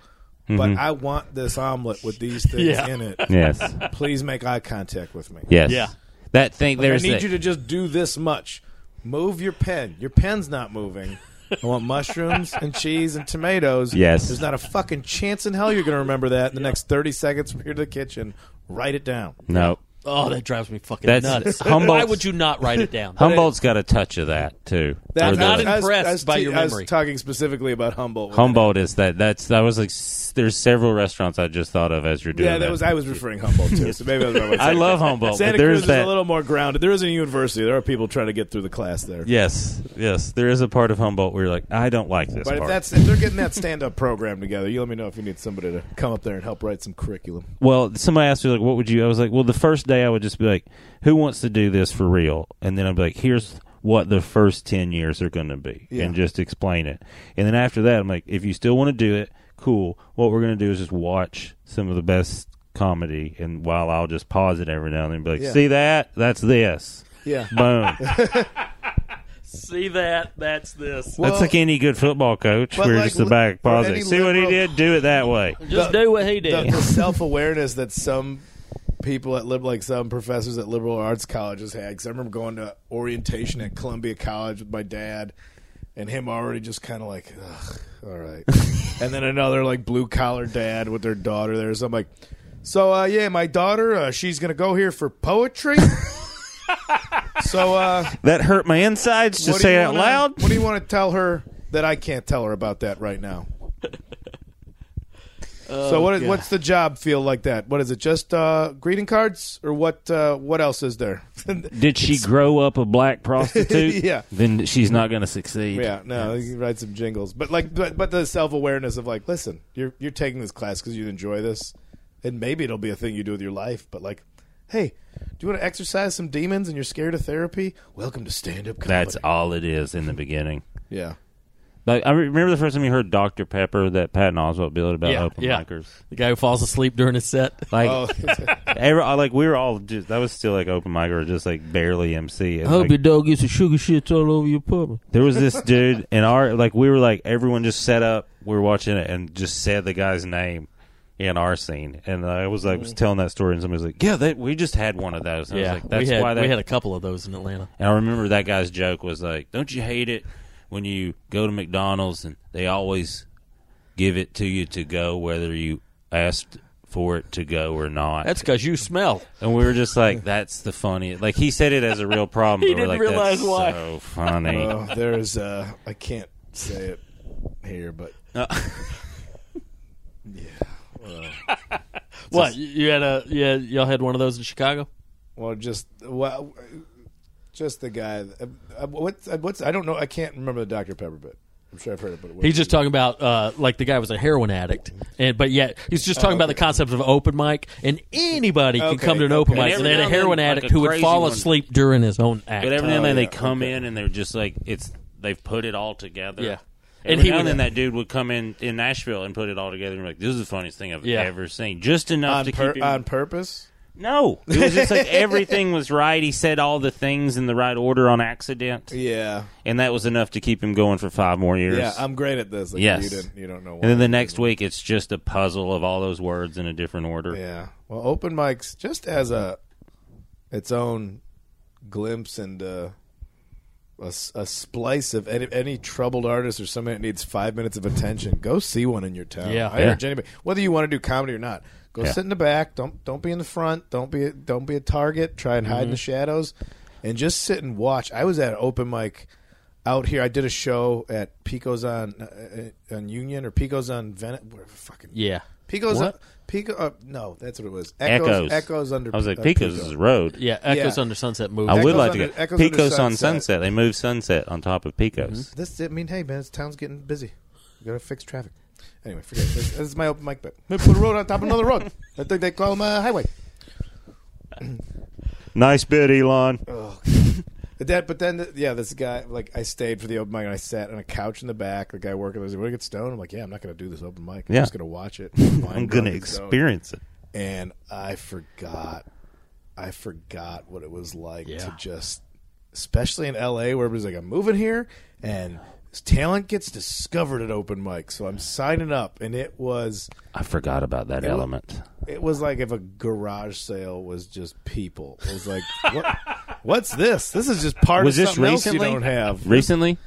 but Mm-hmm. I want this omelet with these things Yeah. in it. yes, Please make eye contact with me. yes, Yeah. That thing. Like, I There's need that- you to just do this much. Move your pen. Your pen's not moving. I want mushrooms and cheese and tomatoes. Yes. There's not a fucking chance in hell you're going to remember that in the next 30 seconds from here to the kitchen. Write it down. no. Oh, that drives me fucking That's- nuts. Humboldt's- Why would you not write it down? Humboldt's got a touch of that too. Or I'm the- not I was- I was impressed by your I memory. was talking specifically about Humboldt. Humboldt is that. That's that was like. s- There's several restaurants I just thought of as you're doing. Yeah, that was. I was referring Humboldt too. So maybe I was wrong. I love Humboldt. Santa but there Cruz is is that. a little more grounded. There isn't a university. There are people trying to get through the class there. Yes, yes. There is a part of Humboldt where you're like, I don't like this But if part. that's if they're getting that stand up program together, you let me know if you need somebody to come up there and help write some curriculum. Well, somebody asked me like, "What would you?" I was like, "Well, the first day I would just be like, who wants to do this for real?" And then I'd be like, "Here's what the first ten years are going to be," Yeah. and just explain it. And then after that, I'm like, "If you still want to do it, cool. What we're going to do is just watch some of the best comedy, and while I'll just pause it every now and then, and be like, Yeah. see that? That's this." Yeah. Boom. See that? That's this. Well- That's like any good football coach. But We're like just the li- back or pause any it. See what he liberal- did? Do it that way. Just the- do what he the, did. the self-awareness that some people at lib like some professors at liberal arts colleges had. 'Cause I remember going to orientation at Columbia College with my dad, and him already just kind of like, Ugh, all right. and then another like blue collar dad with their daughter there. So I'm like, so uh, yeah, my daughter, uh, she's gonna go here for poetry. so uh, That hurt my insides to what do say you it out wanna- loud. What do you want to tell her that I can't tell her about that right now? so what? God. What's the job feel like that? What is it? Just uh, greeting cards, or what? Uh, what else is there? Did she grow up a black prostitute? Yeah. Then she's not going to succeed. yeah, no, you can write some jingles, but like, but, but the self awareness of like, listen, you're you're taking this class because you enjoy this, and maybe it'll be a thing you do with your life. But like, hey, do you want to exercise some demons and you're scared of therapy? Welcome to stand up comedy. That's all it is in the beginning. yeah. Like I re- remember the first time you heard Dr Pepper, that Patton Oswalt build about Yeah, open yeah. micers. the guy who falls asleep during his set. Like Oh, every, I- like we were all just that was still like open mic or just like barely MC. And, like, dog gets some sugar shits all over your puppy. there was this dude in our like we were like everyone just set up. We were watching it and just said the guy's name in our scene. And I was like was telling that story and somebody was like, "Yeah, that, we just had one of those." And I Yeah, was like, "That's we had, why that we had a couple of those in Atlanta. And I remember that guy's joke was like, "Don't you hate it when you go to McDonald's and they always give it to you to go, whether you asked for it to go or not?" That's because you smell. and we were just like, "That's the funny." Like he said it as a real problem. He but we're didn't like, realize That's why. So funny. Oh, there's uh I can't say it here, but What you had a yeah? Y'all had one of those in Chicago. well, just well, Just the guy. that- uh, what's uh, what's I don't know. I can't remember the Dr Pepper bit. I'm sure I've heard it, but what- He's just talking about uh, like the guy was a heroin addict, and but yet he's just talking about the concept of open mic, and anybody can Okay, come to an open okay. mic. And So they had a every now and heroin then, like, addict a who would crazy fall one. asleep during his own act. But every now and Oh, then yeah, they come in and they're just like it's they've put it all together. Yeah. Every And he now and would- then that dude would come in in Nashville and put it all together and be like, "This is the funniest thing I've Yeah. ever seen." Just enough on, to pur- keep him. on purpose. no, it was just like everything was right. He said all the things in the right order on accident, Yeah, and that was enough to keep him going for five more years. yeah. I'm great at this. Like, Yes. you didn't. You don't know. and then why. the next week, it's just a puzzle of all those words in a different order. Yeah. Well, open mics just as a its own glimpse and uh, a, s- a splice of any, any troubled artist or somebody that needs five minutes of attention. Go see one in your town. Yeah. I urge anybody, whether you want to do comedy or not, go sit in the back. Don't don't be in the front. Don't be a, don't be a target. Try and hide in the Mm-hmm. shadows, and just sit and watch. I was at an open mic. Out here, I did a show at Pico's on uh, uh, on Union or Pico's on Venice. Where fucking yeah, Pico's What? Pico. Uh, no, that's what it was. Echoes. Echoes. Echoes under. I was like, uh, Pico's is Pico. the road. yeah. Echoes Yeah. Under Sunset movie. I would Echoes like under- to go. Echoes under Picos on Sunset. Sunset. They moved Sunset on top of Picos. This. I mean, hey man, this town's getting busy. You gotta fix traffic. Anyway, forget it. this. This is my open mic bit. They put a road on top of another road. I think they call them a highway. Mm-hmm. Nice bit, Elon. Oh, But that, but then, yeah, this guy, like, I stayed for the open mic and I sat on a couch in the back. The guy working was like, "Want to get stoned?" I'm like, "Yeah, I'm not gonna do this open mic. I'm Yeah. just gonna watch it. I'm gonna experience it. and I forgot, I forgot what it was like Yeah. to just, especially in LA where everybody's like, I'm moving here, and talent gets discovered at open mic, so I'm signing up, and it was, I forgot about that element. it was like if a garage sale was just people. It was like, what, what's this? This is just part Was of this something recently? else you don't have. Recently,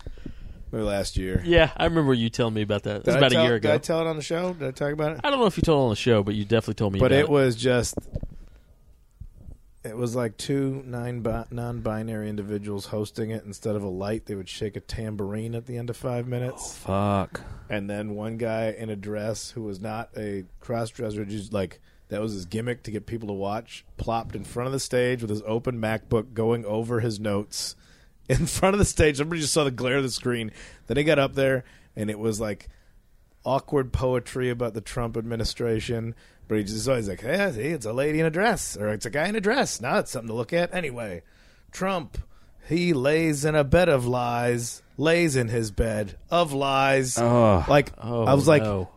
Maybe last year. Yeah, I remember you telling me about that. It Did was I about tell- a year ago. Did I I tell it on the show? Did I talk about it? I don't know if you told on the show, but you definitely told me. but about it was just it was like two nine bi- non-binary individuals hosting it instead of a light they would shake a tambourine at the end of five minutes fuck. and then one guy in a dress who was not a cross-dresser just like that was his gimmick to get people to watch plopped in front of the stage with his open macbook going over his notes in front of the stage everybody just saw the glare of the screen then he got up there and it was like awkward poetry about the Trump administration. But he's just always like, hey, see, it's a lady in a dress, or it's a guy in a dress. Now it's something to look at. Anyway, Trump, he lays in a bed of lies, lays in his bed of lies. like, Oh, I was like, no.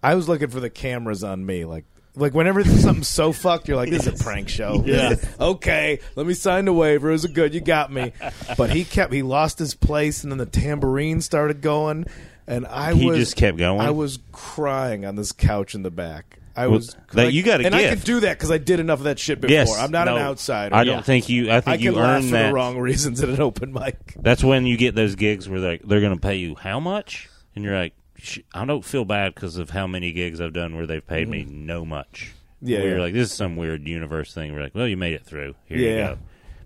I was looking for the cameras on me, like. Like whenever something's so fucked, you're like, "This is a prank show." Yeah. okay, let me sign the waiver. It was good. You got me. But he kept. He lost his place, and then the tambourine started going, and I He was just kept going? I was crying on this couch in the back. I was. that- you got a and I gift. can do that because I did enough of that shit before. Yes, I'm not no, an outsider. I don't Yeah. think you. I I think can you laugh earn for that. the wrong reasons at an open mic. That's when you get those gigs where they're they're gonna pay you how much, and you're like, "Sh- I don't feel bad because of how many gigs I've done where they've paid me no much. Mm. Yeah, where you're yeah. like, this is some weird universe thing. We're like, well, you made it through. Here Yeah. you go.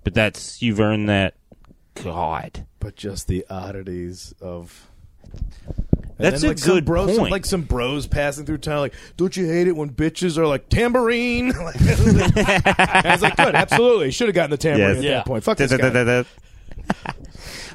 But that's you've earned that. God, But just the oddities of. And That's then, a like, some good bros, some- point. like some bros passing through town, like, don't you hate it when bitches are like tambourine? Like, I was like, good, absolutely, should have gotten the tambourine Yes. at Yeah. that point. Fuck this guy.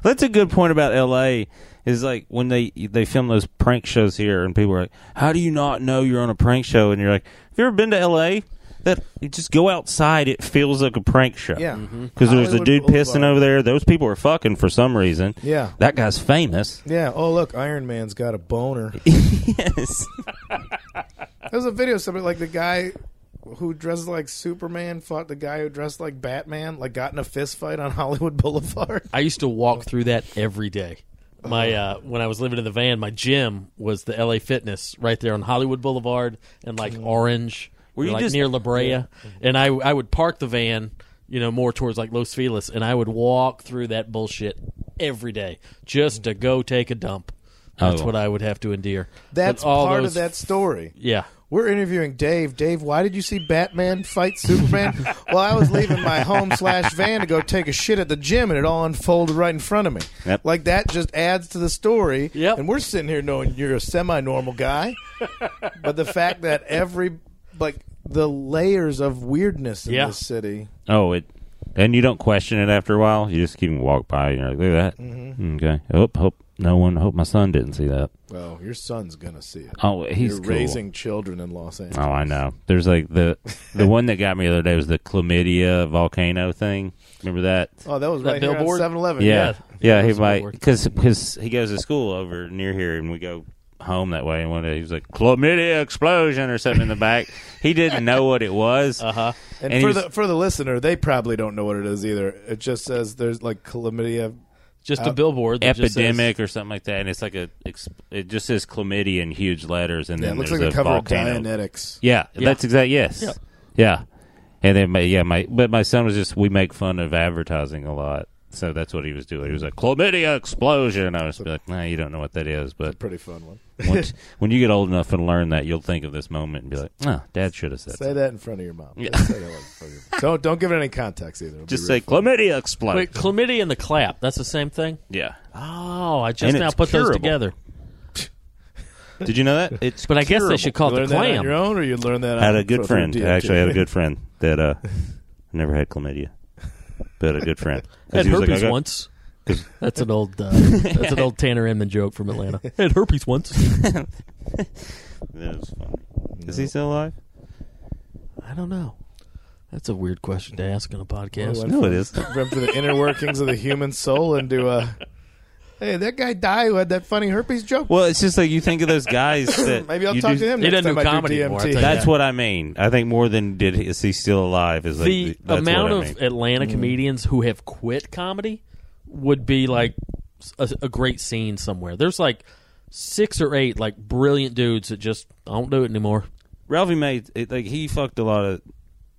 That's a good point about L.A. Is like when they they film those prank shows here, and people are like, "How do you not know you're on a prank show?" And you're like, "Have you ever been to L.A.?" That you just go outside, it feels like a prank show. Yeah. Mhm. because there's a Hollywood dude pissing Boulevard. over there. Those people are fucking for some reason. Yeah. that guy's famous. Yeah. Oh, look, Iron Man's got a boner. yes, There's a video of somebody like the guy who dressed like Superman fought the guy who dressed like Batman, like got in a fist fight on Hollywood Boulevard. I used to walk through that every day. My uh, when I was living in the van, my gym was the LA Fitness right there on Hollywood Boulevard and like Mm. Orange, Were you like just- near La Brea. And I I would park the van, you know, more towards like Los Feliz, and I would walk through that bullshit every day just to go take a dump. That's Oh. what I would have to endure. That's But all part those- of that story. Yeah, We're interviewing Dave. Dave, why did you see Batman fight Superman? well, I was leaving my home slash van to go take a shit at the gym, and it all unfolded right in front of me. Yep. Like that just adds to the story. Yep. And we're sitting here knowing you're a semi-normal guy, but the fact that every like the layers of weirdness in Yeah. this city. Oh, it And you don't question it after a while. You just keep him walk by. And you're like, look at that. Mm-hmm. Okay. Hope, hope no one. Hope my son didn't see that. Well, your son's gonna see it. Oh, he's You're cool. raising children in Los Angeles. Oh, I know. There's like the the one that got me the other day was the chlamydia volcano thing. Remember that? Oh, that was That right here billboard? on 7-Eleven. Yeah, yeah. Oh, he Yeah, that's a good might word. because because he goes to school over near here, and we go home that way. And one day he was like chlamydia explosion or something in the back. he didn't know what it was. Uh huh. Uh-huh. And, And for he's- the for the listener, they probably don't know what it is either. It just says there's like chlamydia. Just a Out- billboard. that just says- Epidemic or something like that, and it's like a ex- it just says chlamydia in huge letters, and Yeah, then it looks like there's the a cover volcano. of Dianetics. Yeah, Yeah. that's exact. Yes. Yeah. Yeah. And then my yeah my but my son was just we make fun of advertising a lot, so that's what he was doing. He was like chlamydia explosion. And I was like, nah, you don't know what that is, but Pretty fun one. once, when you get old enough and learn that, you'll think of this moment and be like, oh, Dad should have said. Say something." that in front of your mom. Just say that in front of your mom. Don't don't give it any context either. It'll be Just real say chlamydia explosion. Wait, chlamydia and the clap. That's the same thing. Yeah. Oh, I just And now it's put those curable. together. Did you know that? It's But I guess they should call You it learn the that on clam. your own, or you learn that. I had on- a good uh, through friend. DMT? I actually had a good friend that uh never had chlamydia, but a good friend. 'Cause I had he was like, herpes "I got- once. That's an old uh, that's an old Tanner Inman joke from Atlanta. I had herpes once. That was funny. Is he still alive? I don't know. That's a weird question to ask on a We podcast. went No, from- it is. went from the inner workings of the human soul into uh Hey, that guy died who had that funny herpes joke. Well, it's just like you think of those guys that Maybe I'll you talk do- to him. He next doesn't time do I comedy anymore, I'll DMT. tell you That's what I mean. I think more than did he- is he still alive is like The that's amount what I of mean. Atlanta comedians who have quit comedy would be like a, a great scene somewhere. There's like six or eight like brilliant dudes that just I don't do it anymore. Ralphie made it, like he fucked a lot of.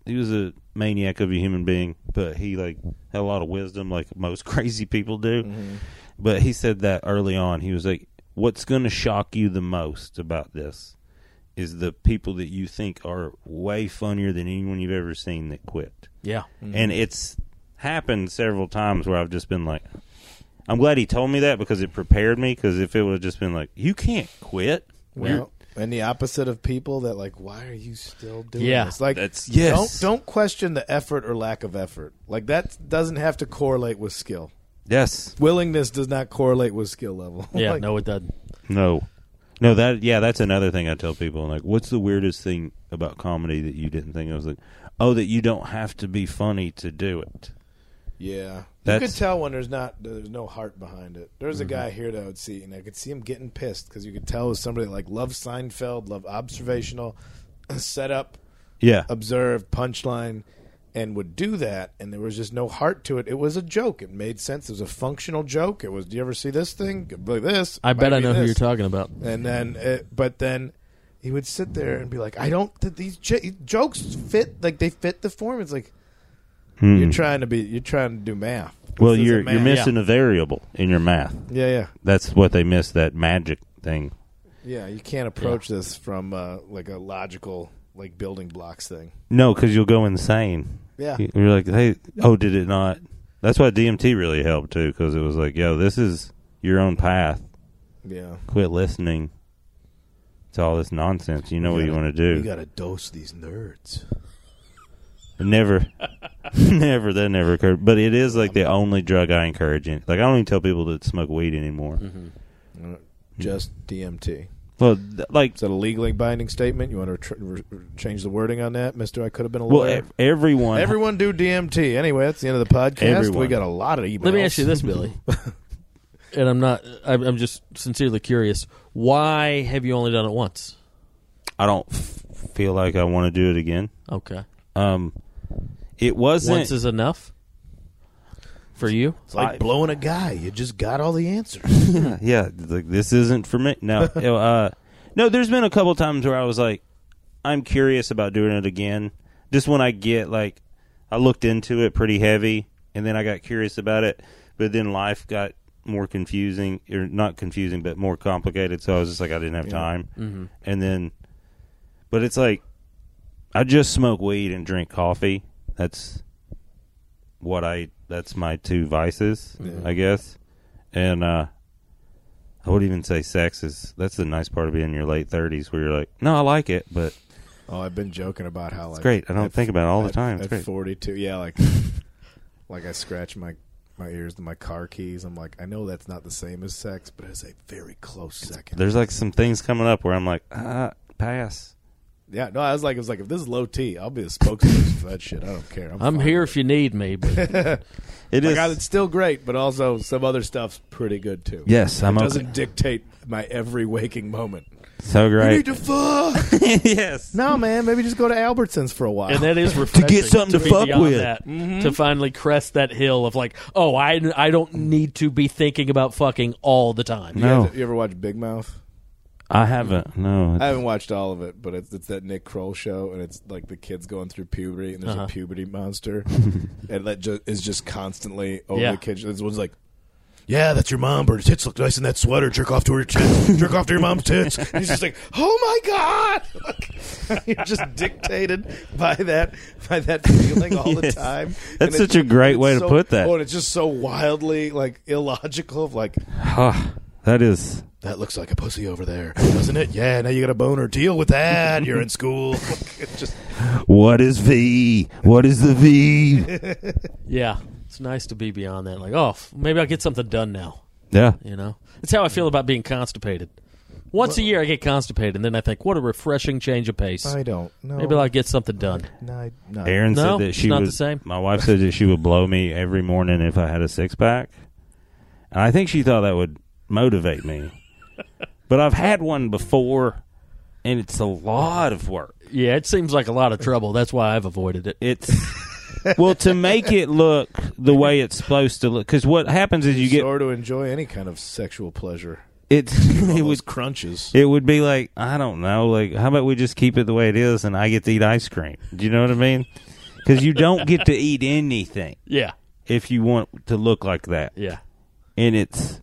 He was a maniac of a human being, but he like had a lot of wisdom, like most crazy people do. Mm-hmm. But he said that early on. He was like, "What's going to shock you the most about this is the people that you think are way funnier than anyone you've ever seen that quit." Yeah. and it's happened several times where I've just been like, I'm glad he told me that because it prepared me. Because if it would have just been like, you can't quit, Well, and the opposite of people that like, why are you still doing Yeah. this? Like, That's- yes. don't don't question the effort or lack of effort. Like that doesn't have to correlate with skill. yes, Willingness does not correlate with skill level. Yeah, Like, no it doesn't. no, no, that yeah, that's another thing I tell people. Like, what's the weirdest thing about comedy that you didn't think? I was like, oh, that you don't have to be funny to do it. Yeah, you That's- could tell when there's not there's no heart behind it. There's Mm-hmm. a guy here that I would see, and I could see him getting pissed because you could tell it was somebody that, like loved Seinfeld, loved observational, setup, Yeah, observe, punchline, and would do that. And there was just no heart to it. It was a joke. It made sense. It was a functional joke. It was. Do you ever see this thing? Like this? I bet Might I be know who this." you're talking about. And then, it, but then he would sit there and be like, "I don't. Th- these j- jokes fit. Like they fit the form. It's like." You're trying to be. You're trying to do math. Hmm. well, This isn't you're math. you're missing a variable in your math. Yeah, yeah, That's what they miss that magic thing. yeah. You can't approach this from uh, like a logical, like building blocks thing. No, because you'll go insane. Yeah. You- you're like, hey, oh, did it not? That's why DMT really helped too, because it was like, yo, this is your own path. Yeah, Quit listening to all this nonsense. You know what you gotta- want you to do. got to dose these nerds. never, never. That never occurred. But it is like the only drug I encourage. In. Like I don't even tell people to smoke weed anymore. Mm-hmm. Just DMT. Well, th- like, Is that a legally binding statement? You want to tr- re- re- change the wording on that, Mister? I could have been a well, lawyer. ev- everyone, Everyone do DMT. Anyway, that's the end of the podcast. We Everyone. got a lot of emails. Let me ask you this, Billy. and I'm not. I'm, I'm just sincerely curious. Why have you only done it once? I don't f- feel like I want to do it again. Okay, Um, it wasn't. once is enough for you. It's like I- blowing a guy. You just got all the answers. yeah, like this isn't for me. No, uh, no. There's been a couple times where I was like, I'm curious about doing it again. Just when I get like, I looked into it pretty heavy, and then I got curious about it, but then life got more confusing, or not confusing, but more complicated. So I was just like, I didn't have time. Mm-hmm. And then, but it's like, I just smoke weed and drink coffee. That's what I. That's my two vices, I guess. And uh, I would even say sex is. That's the nice part of being in your late thirties, where you're like, no, I like it, but Oh, I've been joking about how like great. I don't at- think about it all the at- time. It's at great. 42, yeah, like Like I scratch my my ears to my car keys. I'm like, I know that's not the same as sex, but it's a very close second. There's like some things coming up where I'm like, ah, pass. yeah, no, I was like, it was like, if this is low T, I'll be the spokesperson for that shit. I don't care. I'm, I'm fine here with if you need me, but It it. is. Like, I- it's still great, but also some other stuff's pretty good too. yes, I'm it okay. doesn't dictate my every waking moment. So You great. need to fuck. yes. no, man, maybe just go to Albertsons for a while. and that is refreshing something to be fuck beyond with. Mm-hmm. that, to finally crest that hill of like, oh, I I don't need to be thinking about fucking all the time. No. You, guys- you ever watch Big Mouth? I haven't. No. I haven't watched all of it, but it's it's that Nick Kroll show, and it's like the kids going through puberty, and there's Uh-huh. a puberty monster, and that ju- is just constantly over Yeah. the kids. This one's like. Yeah, that's your mom. But her tits look nice in that sweater. Jerk off to her tits. Jerk off to your mom's tits. And he's just like, oh my god! You're just dictated by that by that feeling all the Yes. time. That's it's- such a great it's way to so- put that. Oh, and it's just so wildly like illogical. Of like, Ah, that is. that looks like a pussy over there, doesn't it? Yeah, now you got a boner. Deal with that. You're in school. It's just What is V? What is the V? Yeah, it's nice to be beyond that. Like, oh, f- maybe I'll get something done now. yeah. You know, that's how I feel about being constipated. Once a year, I get constipated, and then I think, what a refreshing change of pace. I don't know. Maybe I'll get something done. no, I, no. Aaron No, said that it's she not was. the same. My wife said that she would blow me every morning if I had a six pack, and I think she thought that would motivate me. but I've had one before, and it's a lot of work. Yeah, it seems like a lot of trouble. That's why I've avoided it. It's well to make it look the way it's supposed to look. Because what happens is you get or to enjoy any kind of sexual pleasure. it. It would It was crunches. it would be like I don't know. Like how about we just keep it the way it is, and I get to eat ice cream. Do you know what I mean? Because you don't get to eat anything Yeah, if you want to look like that. yeah. and it's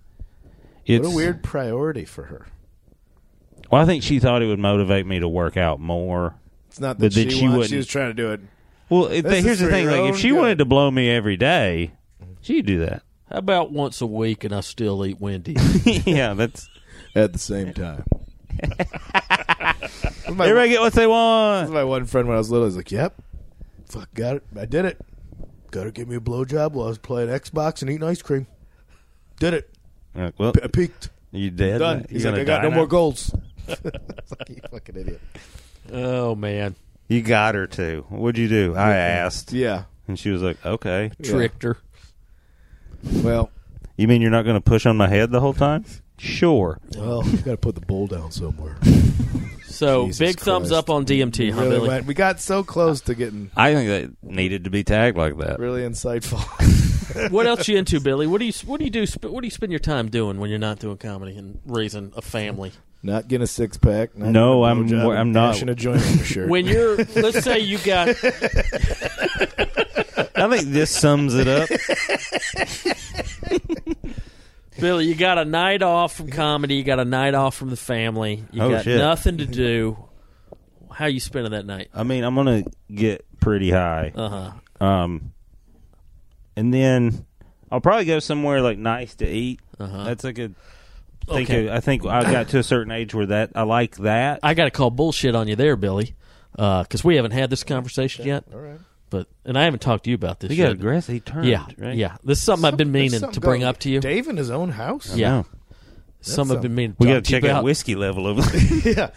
it's what a weird priority for her. Well, I think she thought it would motivate me to work out more. It's not But that, then she, she wants, wouldn't. She was trying to do it. Well, it, This here's is the for thing: your like, own if she good. wanted to blow me every day, she'd do that. How about once a week and I still eat Wendy's? yeah, that's At the same time. my, everybody get what they want. my one friend when I was little. He's like, yep. Fuck, got it. I did it. Got to give me a blowjob while I was playing Xbox and eating ice cream. Did it. Like, well, P- I peaked. you dead? Done. now? You He's like, gonna I got die no now? more goals. It's like, you fucking idiot. oh man, You got her to. What'd you do? I asked, Yeah. and she was like, "Okay." tricked her. Well, You mean you're not going to push on my head the whole time? Sure. well, you got to put the bull down somewhere. So Jesus big thumbs Christ. up on DMT, huh, really Billy? went, we got so close to getting I think that needed to be tagged like that. really insightful. what else you into, Billy? What do you what do you do? sp- What do you spend your time doing when you're not doing comedy and raising a family? not getting a six pack. not No, getting a I'm- blowjob, I'm not. dashing a joint on your shirt. When you're, let's say you got I think this sums it up. Billy, you got a night off from comedy. You got a night off from the family. You Oh, got shit. nothing to do. How you spending that night? I mean, I'm going to get pretty high. Uh huh. Um, and then I'll probably go somewhere like nice to eat. That's like a. Think Uh-huh. Okay. of- I think I got to a certain age where that I like that. I got to call bullshit on you there, Billy, because we haven't had this conversation yet. All right. But and I haven't talked to you about this. he got yet. aggressive. He turned. Yeah, right? yeah. This is something I've been There's meaning to something bring going- up to you. Dave in his own house. Yeah, No. some I've been meaning. To We got talk to to you check out about. whiskey level over there. yeah.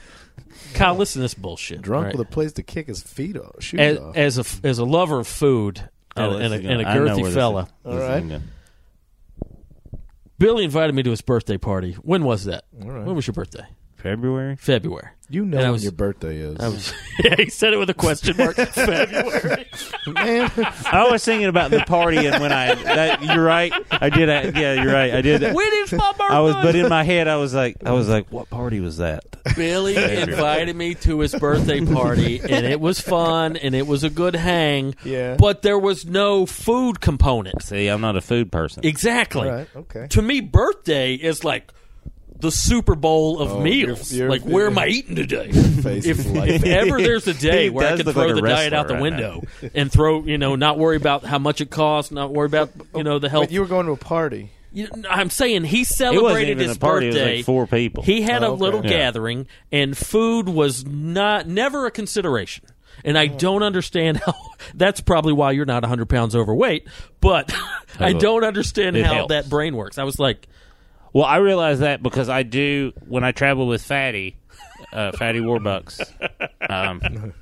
Kyle, listen to this bullshit. Drunk all with right? a place to kick his feet off. Shoes as, off. as a f- as a lover of food and, Oh, and, a, this is and a gonna- I know where girthy this fella, is- this is uh, All right. gonna Billy invited me to his birthday party. When was that? right. When was your birthday? go. February. February. you know and I when was- your birthday is. I was, yeah, he said it with a question mark. February. Man, I was thinking about the party and when I. That, you're right. I did. I, yeah, you're right. I did. When is my birthday? I was, but in my head, I was like, I was like, what party was that? Billy invited me to his birthday party, and it was fun, and it was a good hang. Yeah. But there was no food component. See, I'm not a food person. Exactly. All right, okay. To me, birthday is like the Super Bowl of meals. Oh, you're- like, where am I eating today? face if, is light. if ever there's a day He where I does can look throw like a the diet out the wrestler right now. window and throw, you know, not worry about how much it costs, not worry about, you know, the health. But you were going to a party. You- I'm saying he It wasn't celebrated even his a party. birthday. It was like four people. He had Oh, a okay. little Yeah. gathering, and food was not never a consideration. And I don't understand how that's probably why you're not 100 pounds overweight, but I will- don't understand it how helps. that brain works. I was like, Well, I realize that because I do when I travel with Fatty, uh, Fatty Warbucks. Um,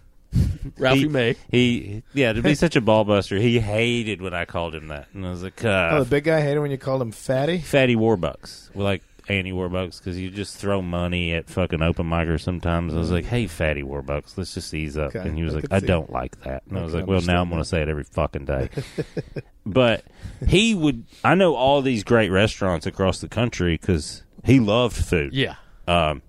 Ralphie he- May. He, yeah, to be such a ball buster, he hated when I called him that, and I was like, uh, Oh, the big guy hated when you called him fatty. Fatty Warbucks. We like Annie Warbucks because you just throw money at fucking open micers sometimes. I was like, hey, Fatty Warbucks, let's just ease up. Okay, and he was I like, could I see don't like that. And I, was can like, well, now I'm understand going to say it every fucking day. but he would, I know all these great restaurants across the country because he loved food. yeah. Um,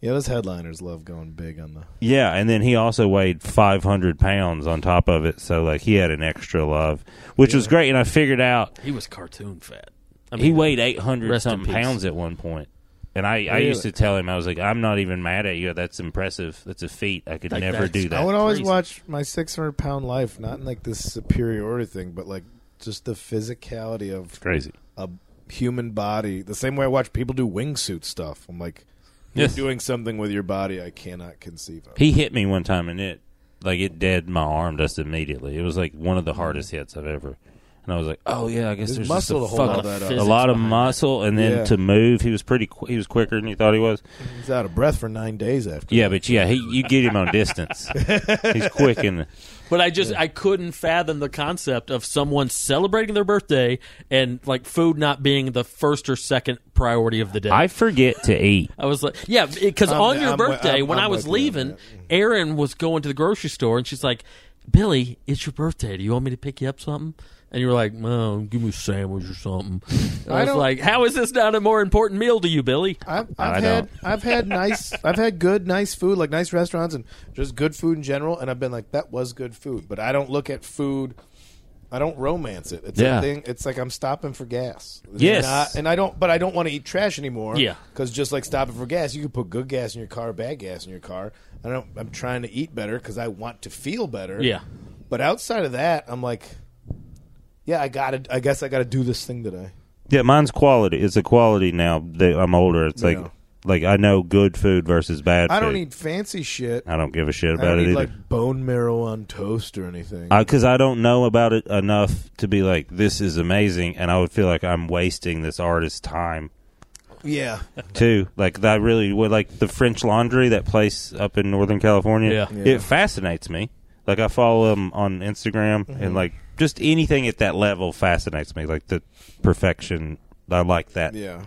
Yeah, those headliners love going big on the. yeah, and then he also weighed 500 pounds on top of it. So, like, he had an extra love, which was great. And I figured out He was cartoon fat. I he weighed 800 rest in something peace. pounds at one point. And I, I used to tell him, I was like, I'm not even mad at you. That's impressive. That's a feat. I could Like, never that's- do I would that. always crazy. watch my 600 pound life, not in like this superiority thing, but like just the physicality of Crazy. a human body. The same way I watch people do wingsuit stuff. I'm like, you're Yes. doing something with your body I cannot conceive of. He hit me one time and it, like, it dead my arm just immediately. It was like one of the hardest hits I've ever. And I was like, oh, yeah, I guess There's there's muscle to just a hold all fucking- that up. A physics lot of behind muscle, and then Yeah. to move, he was pretty. Qu- he was quicker than you thought he was. He's out of breath for nine days after. Yeah, but yeah, he you get him on distance. He's quick in the But I just I couldn't fathom the concept of someone celebrating their birthday and like food not being the first or second priority of the day. I forget to eat. I was like, yeah, because I'm- on your I'm wi- birthday, I'm- when I'm i with was you on leaving, that. Mm-hmm. Erin was going to the grocery store and she's like, Billy, it's your birthday. Do you want me to pick you up something? And you were like, no, give me a sandwich or something. And I, I was don't- like, how is this not a more important meal to you, Billy? I've, I I've had I've had nice I've had good nice food like nice restaurants and just good food in general and I've been like that was good food but I don't look at food I don't romance it it's Yeah. a thing it's like I'm stopping for gas It's Yes. not- and I don't but I don't want to eat trash anymore Yeah. because just like stopping for gas you can put good gas in your car bad gas in your car I don't I'm trying to eat better because I want to feel better Yeah. but outside of that I'm like yeah I gotta I guess I gotta do this thing today Yeah, mine's quality. It's a quality now that I'm older. It's like Yeah. like I know good food versus bad I don't food. need fancy shit I don't give a shit I about don't it need either. like bone marrow on toast or anything. because I don't know about it enough to be like, this is amazing, and I would feel like I'm wasting this artist's time yeah, too. Like I really would like the French Laundry, that place up in Northern California. Yeah. Yeah. it fascinates me. Like I follow them on Instagram, Mm-hmm. and like just anything at that level fascinates me. Like the perfection, I like that. yeah.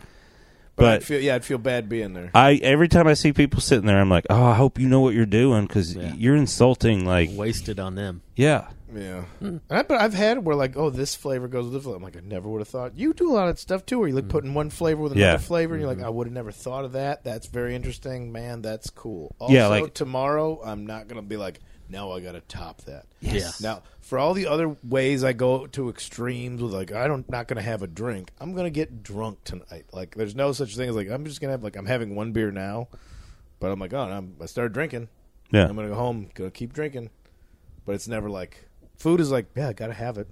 But, But- I'd feel, yeah, I'd feel bad being there. I every time I see people sitting there, I'm like, oh, I hope you know what you're doing because Yeah. you're insulting. Like, Wasted on them. yeah, yeah, and I, but I've had where like, oh, this flavor goes with this flavor. I'm like, I never would have thought. You do a lot of stuff too, where you like putting one flavor with another Mm-hmm. Yeah. Mm-hmm. flavor, and you're like, I would have never thought of that. That's very interesting, man. That's cool. Also, Yeah, like- tomorrow I'm not gonna be like, now I gotta top that. Yes. Now, for all the other ways I go to extremes with like I don't not gonna have a drink. I'm gonna get drunk tonight. Like there's no such thing as like I'm just gonna have like I'm having one beer now, but I'm like oh I'm, I started drinking. Yeah. I'm gonna go home. Gonna keep drinking, but it's never like food is like yeah I gotta have it.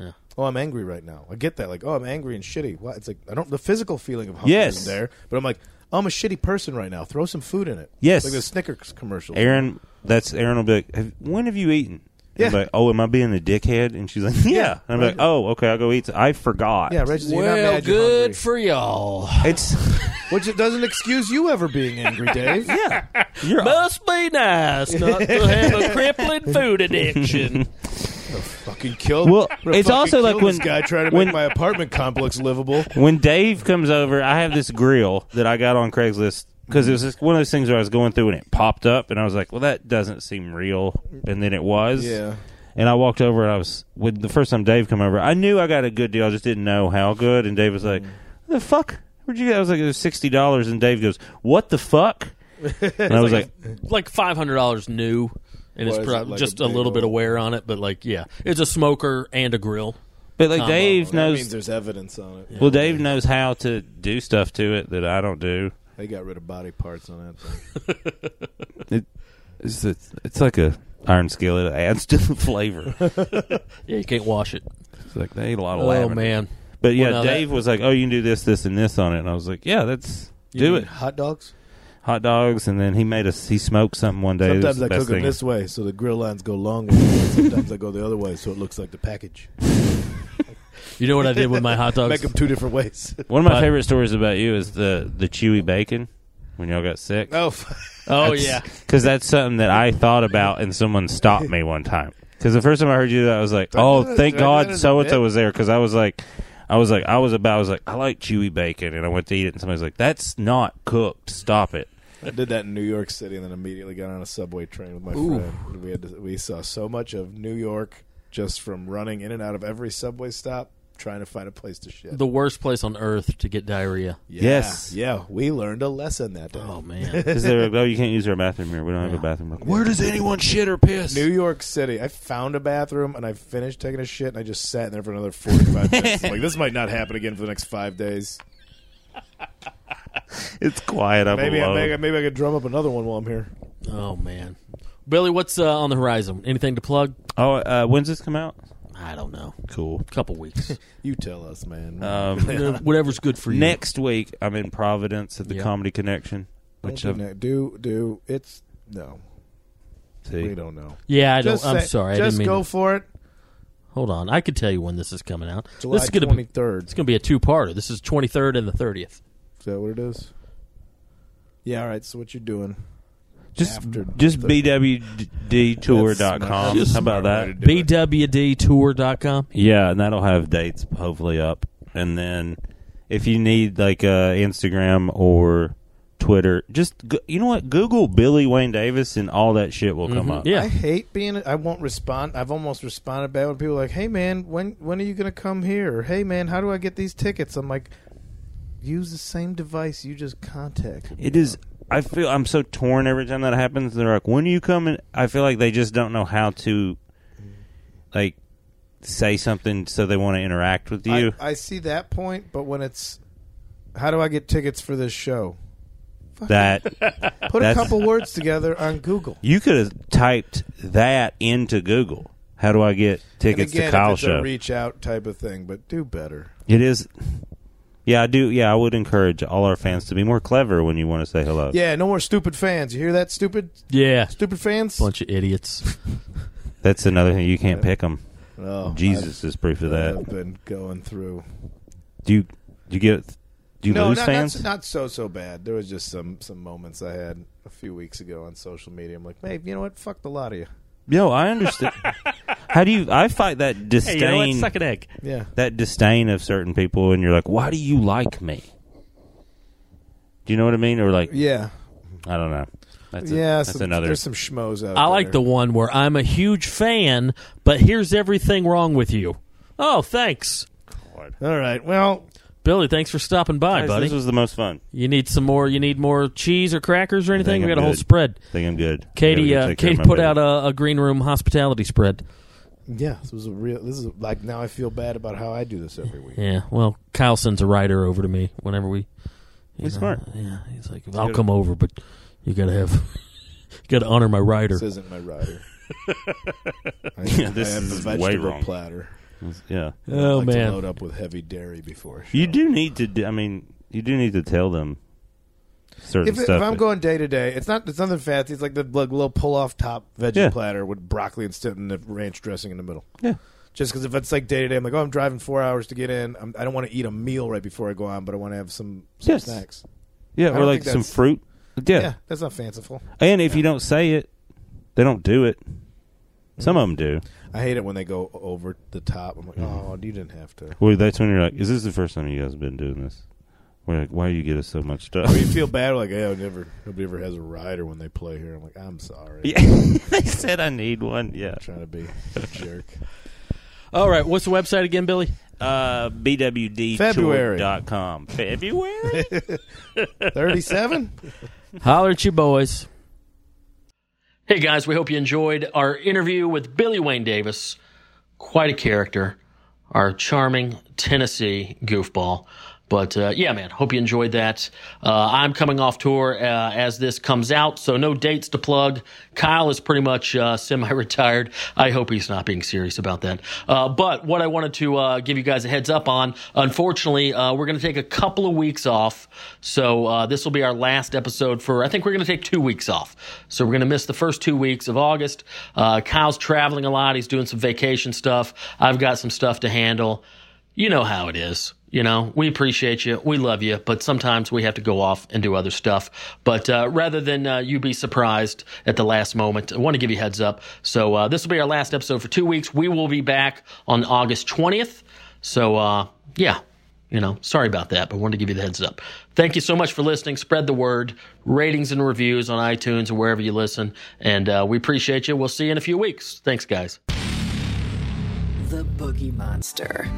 Yeah. Oh, I'm angry right now. I get that. Like, oh, I'm angry and shitty. What? It's like I don't. The physical feeling of hunger Yes. is there, but I'm like, I'm a shitty person right now. Throw some food in it. Yes. like the Snickers commercial. Aaron, that's Aaron will be like, have, when have you eaten? And I'm Yeah. like, oh, am I being a dickhead? And she's like, yeah. Yeah, and I'm like, oh, okay, I'll go eat. I forgot. Yeah, Reggie, you're not Well, mad, you're hungry. good for y'all. It's Which it doesn't excuse you ever being angry, Dave. yeah. You're Must be nice not to have a crippling food addiction. fucking killed. Well, I'm gonna it's fucking also like kill this when- guy trying to when- make my apartment complex livable. when Dave comes over, I have this grill that I got on Craigslist because it was just one of those things where I was going through and it popped up, and I was like, well, that doesn't seem real, and then it was. Yeah. And I walked over and I was with the first time Dave come over. I knew I got a good deal. I just didn't know how good. And Dave was like, "The fuck? Where'd you get?" I was like, "It was sixty dollars." And Dave goes, "What the fuck?" And I was like, like five hundred dollars new, and it's Why is prob- it like just a a, big little bit of old- wear on it. But like, yeah, it's a smoker and a grill. "But like Combo. Dave That means knows. there's evidence on it. Well, Dave knows how to do stuff to it that I don't do. They got rid of body parts on that thing. It's a, it's like a iron skillet. It adds to the flavor. Yeah, you can't wash it. It's like they ate a lot of Oh lavender. man, But yeah, Well, now Dave was like, "Oh, you can do this, this, and this on it." And I was like, "Yeah, that's do You it." mean Hot dogs. hot dogs, and then he made us. He smoked something one day. It was Sometimes the I best cook them thing. this way, so the grill lines go long ways. Sometimes I go the other way, so it looks like the package. You know what I did with my hot Make dogs? them two different ways. One of my But- favorite stories about you is the the chewy bacon when y'all got sick. oh, oh yeah, because that's something that I thought about, and someone stopped me one time. Because the first time I heard you, do that I was like, "Oh, thank did I do that God, as a so and so bit? was there." Because I was like, I was like, I was about, I was like, I like chewy bacon, and I went to eat it, and somebody's like, "That's not cooked. Stop it." I did that in New York City, and then immediately got on a subway train with my friend. And we had to, we saw so much of New York just from running in and out of every subway stop, trying to find a place to shit. the worst place on earth to get diarrhea. yeah, Yes. yeah, we learned a lesson that day. Oh man, Is there? Oh, you can't use our bathroom here. We don't have a bathroom. Where does anyone shit or piss? New York City. I found a bathroom and I finished taking a shit and I just sat in there for another 45 minutes. Like, this might not happen again for the next five days. It's quiet. I'm Maybe I, alone. maybe, maybe I could drum up another one while I'm here. oh man, Billy, what's uh, on the horizon? Anything to plug? oh, uh, when's this come out? I don't know. Cool. Couple weeks, You tell us, man. Um, You know, whatever's good for you. next week, I'm in Providence at the Yeah. Comedy Connection, Don't which do, I've ne- do, do. It's, no. We see. don't know. Yeah, I don't. Just I'm say- sorry. I Just didn't mean. go to- for it. Hold on, I could tell you when this is coming out. July this is gonna be. 23rd. It's gonna be a two-parter. This is 23rd and the 30th. Is that what it is? Yeah, all right. So what you doing? Just after just the- bwdtour.com. That's How about that? smart. Do it. BWDtour.com. Yeah, and that'll have dates hopefully up. And then if you need like uh, Instagram or Twitter, just go, you know what? Google Billy Wayne Davis and all that shit will come up. Yeah. I hate being. I won't respond. I've almost responded back when people are like, "Hey man, when when are you gonna come here?" Or, "Hey man, how do I get these tickets?" I'm like, use the same device you just contacted. me It is. on." I feel I'm so torn every time that happens. They're like, "When are you coming?" I feel like they just don't know how to, like, say something so they want to interact with you. I, I see that point, but when it's, how do I get tickets for this show? that Put a That's- couple words together on Google. you could have typed that into Google. How do I get And tickets again, to Kyle if it's show? a reach out type of thing, but do better. It is. Yeah, I do. Yeah, I would encourage all our fans to be more clever when you want to say hello. Yeah, no more stupid fans. You hear that, stupid, Yeah. stupid fans? Bunch of idiots. That's another thing. You can't pick them. Oh, Jesus is proof of I've, I've that. been going through. Do you, do you get. Do you no, lose not, fans? Not, not so so bad. There was just some some moments I had a few weeks ago on social media. I'm like, hey, you know what? Fuck the lot of you. No, I understand. How do you. I fight that disdain. an egg. Yeah, that disdain of certain people, and you're like, why do you like me? Do you know what I mean? Or like, yeah, I don't know. That's, a- yeah. that's some- another. There's some schmoes out. I like the there. one where I'm a huge fan, but here's everything wrong with you. Oh, thanks. All right. Well, Billy, thanks for stopping by, Guys, buddy. This was the most fun. you need some more you need more cheese or crackers or anything? think We I'm got a whole good. spread. I think I'm good. I Katie gotta go uh, take care of Katie my put baby. out a, a green room hospitality spread. yeah. This was a real. This is like now I feel bad about how I do this every week. Yeah. Well, Kyle sends a rider over to me whenever we you He's know, smart. Yeah. He's like, I'll come over, but you gotta have you gotta honor my rider. This isn't my rider. I, Yeah, this I have is a way vegetable wrong. platter. Yeah. I Oh like to man. load up with heavy dairy before. a You show. do need to. Do, I mean, you do need to tell them certain If, if stuff. I'm going day to day, it's not it's nothing fancy. It's like the like, little pull off top veggie Yeah. platter with broccoli and stuff and the ranch dressing in the middle. yeah, Just because if it's like day to day, I'm like, oh, I'm driving four hours to get in. I'm, I don't want to eat a meal right before I go on, but I want to have some, some Yes. snacks. yeah, I or don't like think some that's- fruit. Yeah, Yeah. that's not fanciful. and if you don't say it, they don't do it. Some of them do. I hate it when they go over the top. I'm like, Mm-hmm. oh, you didn't have to. Well, that's when you're like, "Is this the first time you guys have been doing this?" We're like, "Why do you get us so much stuff?" Or you feel bad, like, yeah, I never, nobody ever has a rider when they play here. I'm like, I'm sorry. Yeah. they said I need one. Yeah. Trying to be a jerk. All right, what's the website again, Billy? Uh, February. bwdtour.com. February. 37? Holler at you boys. Hey guys, we hope you enjoyed our interview with Billy Wayne Davis. Quite a character, our charming Tennessee goofball. But uh, yeah, man, hope you enjoyed that. Uh, I'm coming off tour uh, as this comes out, so no dates to plug. Kyle is pretty much uh, semi retired. I hope he's not being serious about that. Uh, but what I wanted to uh, give you guys a heads up on unfortunately, uh, we're going to take a couple of weeks off. So uh, this will be our last episode for, I think we're going to take two weeks off. So we're going to miss the first two weeks of August. Uh, Kyle's traveling a lot, he's doing some vacation stuff. I've got some stuff to handle you know how it is. You know, we appreciate you. We love you, but sometimes we have to go off and do other stuff. But uh, rather than uh, you be surprised at the last moment, I want to give you a heads up. So uh, this will be our last episode for two weeks. We will be back on August 20th. So, uh, yeah, you know, sorry about that, but wanted to give you the heads up. Thank you so much for listening. Spread the word, ratings and reviews on iTunes or wherever you listen. And uh, we appreciate you. We'll see you in a few weeks. Thanks, guys. The Boogie Monster.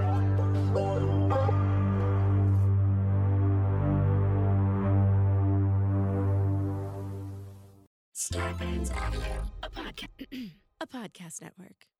Starbane's Audio, a, podca- a podcast network.